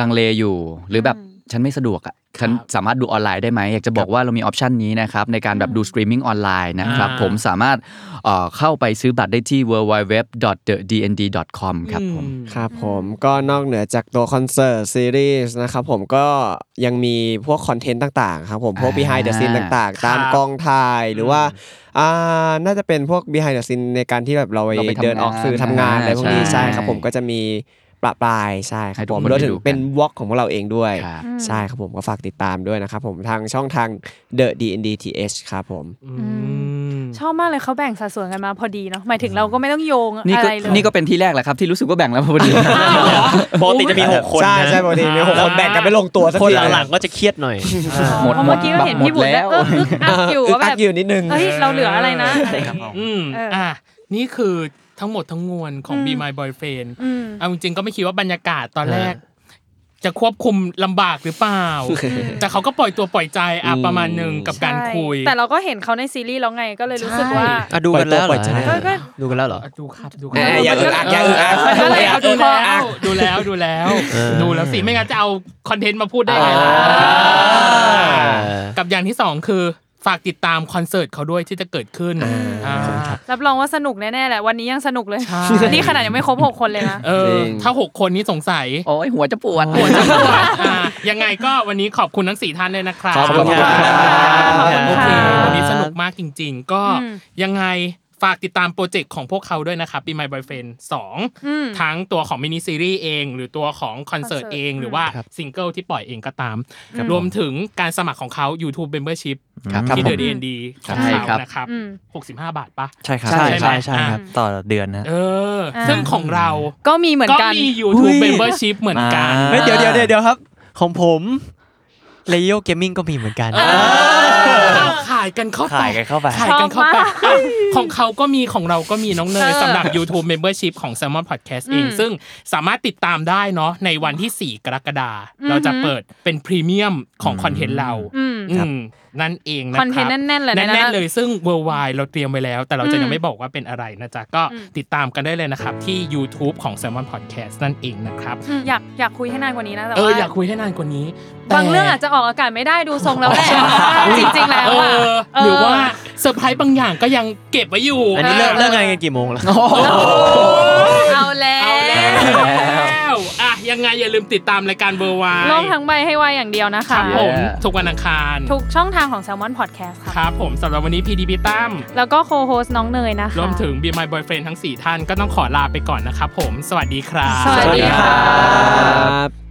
Speaker 6: ลังเลอยู่ หรือแบบฉันไม่สะดวกอ่ะฉัน
Speaker 2: ครับ
Speaker 6: สามารถดูออนไลน์ได้ไหมอยากจะบอกว่าเรามีออปชันนี้นะครับ ในการแบบดูสตรีมมิ่งออนไลน์นะครับ
Speaker 2: อ่า
Speaker 6: ผมสามารถเอ่อเข้าไปซื้อบัตรได้ที่ www.thednd.com ครับผม
Speaker 2: อืม
Speaker 7: ครับผมก็นอกเหนือจากตัวคอนเสิร์ตซีรีส์นะครับผมก็ยังมีพวกคอนเทนต์ต่างๆครับผมพวก behind the scene
Speaker 6: อ่า
Speaker 7: ต่างๆ ตาม
Speaker 2: ครับ
Speaker 7: กองถ่ายหรือว่าอ่าน่าจะเป็นพวก behind the scene ในการที่แบบเราไป
Speaker 6: เราไปทำงาน
Speaker 7: เดินออกสื่อทำงานอะไรพวกนี้
Speaker 6: ใช่
Speaker 7: ใช่ครับผมก็จะมีประปรายใช่ค
Speaker 6: ให้
Speaker 7: รับ
Speaker 6: ทุก
Speaker 7: ผม
Speaker 6: คน
Speaker 7: รวม
Speaker 6: ได้
Speaker 7: ถึ
Speaker 6: ดู
Speaker 7: ง
Speaker 6: กัน
Speaker 7: เป็นวอล์กของพวกเราเองด้วย
Speaker 6: ครับ
Speaker 7: ใช่ครับผมก็ฝากติดตามด้วยนะครับผมทางช่องทาง The DNDTH ครับผม
Speaker 3: ชอบมากเลยเขาแบ่งสัดส่วนกันมาพอดีเนาะหมายถึงเราก็ไม่ต้องโยง
Speaker 6: นี่
Speaker 3: อะ
Speaker 6: ก็
Speaker 3: ไรเลย
Speaker 6: นี่ก็เป็นที่แรกแหละครับ ที่รู้สึกว่าแบ่งแล้วพอดี
Speaker 5: ปกติจะมีหกคน
Speaker 7: ใช่
Speaker 5: นะ
Speaker 7: ใช่ปกติมีหกคนแบ่งกันไม่ลงตัวสัก
Speaker 5: คน
Speaker 7: ที
Speaker 5: หลังๆก็จะเครียดหน่อย
Speaker 3: เพราะเมื่อกี้ก็เห็นพี่บุญแล้ว
Speaker 6: หมดแล้ว
Speaker 3: เอออ
Speaker 7: อึ
Speaker 3: ึกอักอยู่ว่าก แบ
Speaker 7: อั
Speaker 3: บ
Speaker 7: กอยู่นิดนึง
Speaker 3: เฮ้ยเราเหลืออะไรนะอะไรอย่างเงี้ย
Speaker 2: อืม
Speaker 3: เอออ่
Speaker 2: อ่ะนี่คือทั้งหมดทั้งมวลของ
Speaker 3: อืม
Speaker 2: Be My Boyfriend
Speaker 3: อืม
Speaker 2: เอาจริงๆก็ไม่คิดว่าบรรยากาศตอนแรก จะควบคุมลำบากหรือเป ล่า แต่เขาก็ปล่อยตัวปล่อยใจอ่ะ
Speaker 7: อืม
Speaker 2: ประมาณหนึ่งกับการ
Speaker 3: ใช่
Speaker 2: คุย
Speaker 3: แต่เราก็เห็นเขาในซีรีส์แล้วไงก็เลยรู้สึกว่า
Speaker 5: อ่ะดูกันแล้วเห
Speaker 7: ป
Speaker 5: ร
Speaker 7: ล่
Speaker 5: อ
Speaker 7: อยตัวปล่อยใจ
Speaker 3: ก็ก็
Speaker 5: ดูกันแล้วเหรอ
Speaker 2: ดูครับดู
Speaker 7: เอออย่าอึกอักอย่าอึกอัก
Speaker 2: มันก็เลยเอาดูแล้
Speaker 3: อ
Speaker 2: ว
Speaker 3: ึกอัก
Speaker 2: ดูแล้วดูแล้ว
Speaker 5: เออ
Speaker 2: ดูแล้วสิไม่งั้นจะเอาคอนเทนต์มาพูดได้ไงล่ะกับอย่างที่สองคือฝากติดตามคอนเสิร์ตเขาด้วยที่จะเกิดขึ้นอ่า
Speaker 3: รับรองว่าสนุกแน่ๆแหละวันนี้ยังสนุกเลย
Speaker 2: ใช่
Speaker 3: นี่ขนาดยังไม่ครบหกคนเลยนะ
Speaker 2: เออถ้าหกคนนี้สงสัย
Speaker 6: โอ้ยหัวจะปวด
Speaker 2: ปวดจะปวดอ่ะยังไงก็วันนี้ขอบคุณทั้งสี่ท่านเลยนะครับ
Speaker 7: ขอบคุณครับ
Speaker 2: ขอบคุณ
Speaker 3: ขอบคุณ
Speaker 2: ค
Speaker 3: ครั
Speaker 2: รับบ วันนี้สนุกมากจริง ๆ ก็
Speaker 3: อืม
Speaker 2: ยังไงฝากติดตามโปรเจกต์ของพวกเขาด้วยนะครับ Be My Boyfriend
Speaker 3: อืม
Speaker 2: 2 ทั้งตัวของมินิซีรีส์เอง หรือตัวของคอนเสิร์ต
Speaker 3: คอนเสิร์ต
Speaker 2: เองหรือ
Speaker 3: ม
Speaker 2: ว่าซิงเกิลที่ปล่อยเองก็ตาม รวมถึงการสมัครของเขา YouTube Membership
Speaker 4: ครับ
Speaker 2: ที่
Speaker 4: ผ
Speaker 2: เดอะ
Speaker 4: ม
Speaker 2: ดีเอ็นดีของ
Speaker 6: ใช่ค
Speaker 2: เขา
Speaker 6: รับ
Speaker 2: นะครับ
Speaker 3: อืม
Speaker 2: 65 บาทปะ
Speaker 4: ใช่ครับ
Speaker 2: ใช่ใช่ใช่
Speaker 4: ครับ ต่อเดือนนะ
Speaker 2: เออ ซึ่งของเรา
Speaker 3: ก็มีเหมือน
Speaker 2: ก็
Speaker 3: กัน
Speaker 2: มี YouTube
Speaker 4: อุ้ย
Speaker 2: Membership เหมือนกัน
Speaker 4: อ่า
Speaker 5: เฮ้ยเดี๋ยวเดี๋ยวเดี๋ยวเดี๋ยวครับ ของผมเลโยเกมมิ่งก็มีเหมือนกัน
Speaker 2: เอาขายกันเข้าไป
Speaker 4: ขายกันเข้าไป
Speaker 2: ขายกันเข้าไป
Speaker 3: ชอบมาก
Speaker 2: อ่ะของเขาก็มีของเราก็มีน้องเนย
Speaker 3: เออ
Speaker 2: สำหรับ YouTube Membership ของ Salmon Podcast เอง
Speaker 3: อืม
Speaker 2: ซึ่งสามารถติดตามได้เนาะในวันที่ 4 กรกฎาคมเราจะเปิดเป็นพรีเมียมของคอนเทนต์เรา
Speaker 3: อืม
Speaker 4: ครับ
Speaker 2: อืมนั่นเองนะ
Speaker 3: ค
Speaker 2: ค
Speaker 3: อนเทน
Speaker 2: รั
Speaker 3: ต์
Speaker 2: บ
Speaker 3: แน่นๆเลยนะ
Speaker 2: แน่นๆเลยซึ่ง worldwide เราเตรียมไว้แล้ว แต่เราจะ
Speaker 3: อืม
Speaker 2: ยังไม่บอกว่าเป็นอะไรนะจ๊ะ ก็
Speaker 3: อืม
Speaker 2: ติดตามกันได้เลยนะครับ ที่ YouTube ของ Salmon Podcast นั่นเองนะครับ
Speaker 3: อืมอยากอยากคุยให้นานกว่านี้นะแต่
Speaker 2: เออ
Speaker 3: ว่า
Speaker 2: อยากคุยให้นานกว่านี้แต่
Speaker 3: บางเรื่องอาจจะออกอากาศไม่ได้ดูทรงแล้วแหละจริงๆแล้ว
Speaker 2: เอ
Speaker 3: อะ
Speaker 2: อ
Speaker 3: เห
Speaker 2: รือว่าเซอร์ไพรส์บางอย่างก็ยังเก็บไว้อยู่
Speaker 5: อันนี้เลิกเลิกงานกันกี่โมงแล้ว
Speaker 3: เอาแล้ว
Speaker 2: เอาแล้วอ่ะยังไงอย่าลืมติดตามรายการเบอร์วาย
Speaker 3: โลกทั้งใบให้วายอย่างเดียวนะ
Speaker 2: ค
Speaker 3: คะ
Speaker 2: รับผมทุกวันอังคาร
Speaker 3: ทุกช่องทางของ Salmon Podcast
Speaker 2: ค
Speaker 3: ค่ะ
Speaker 2: รับผมสำหรับวันนี้พีดีพีตั้ม
Speaker 3: แล้วก็โคโฮสน้องเนยนะคะ
Speaker 2: รวมถึง Be My Boyfriend ทั้ง 4 ท่านก็ต้องขอลาไปก่อนนะครับผม สวัสดีครับ
Speaker 3: สวัสดีค่ะ
Speaker 7: ครับ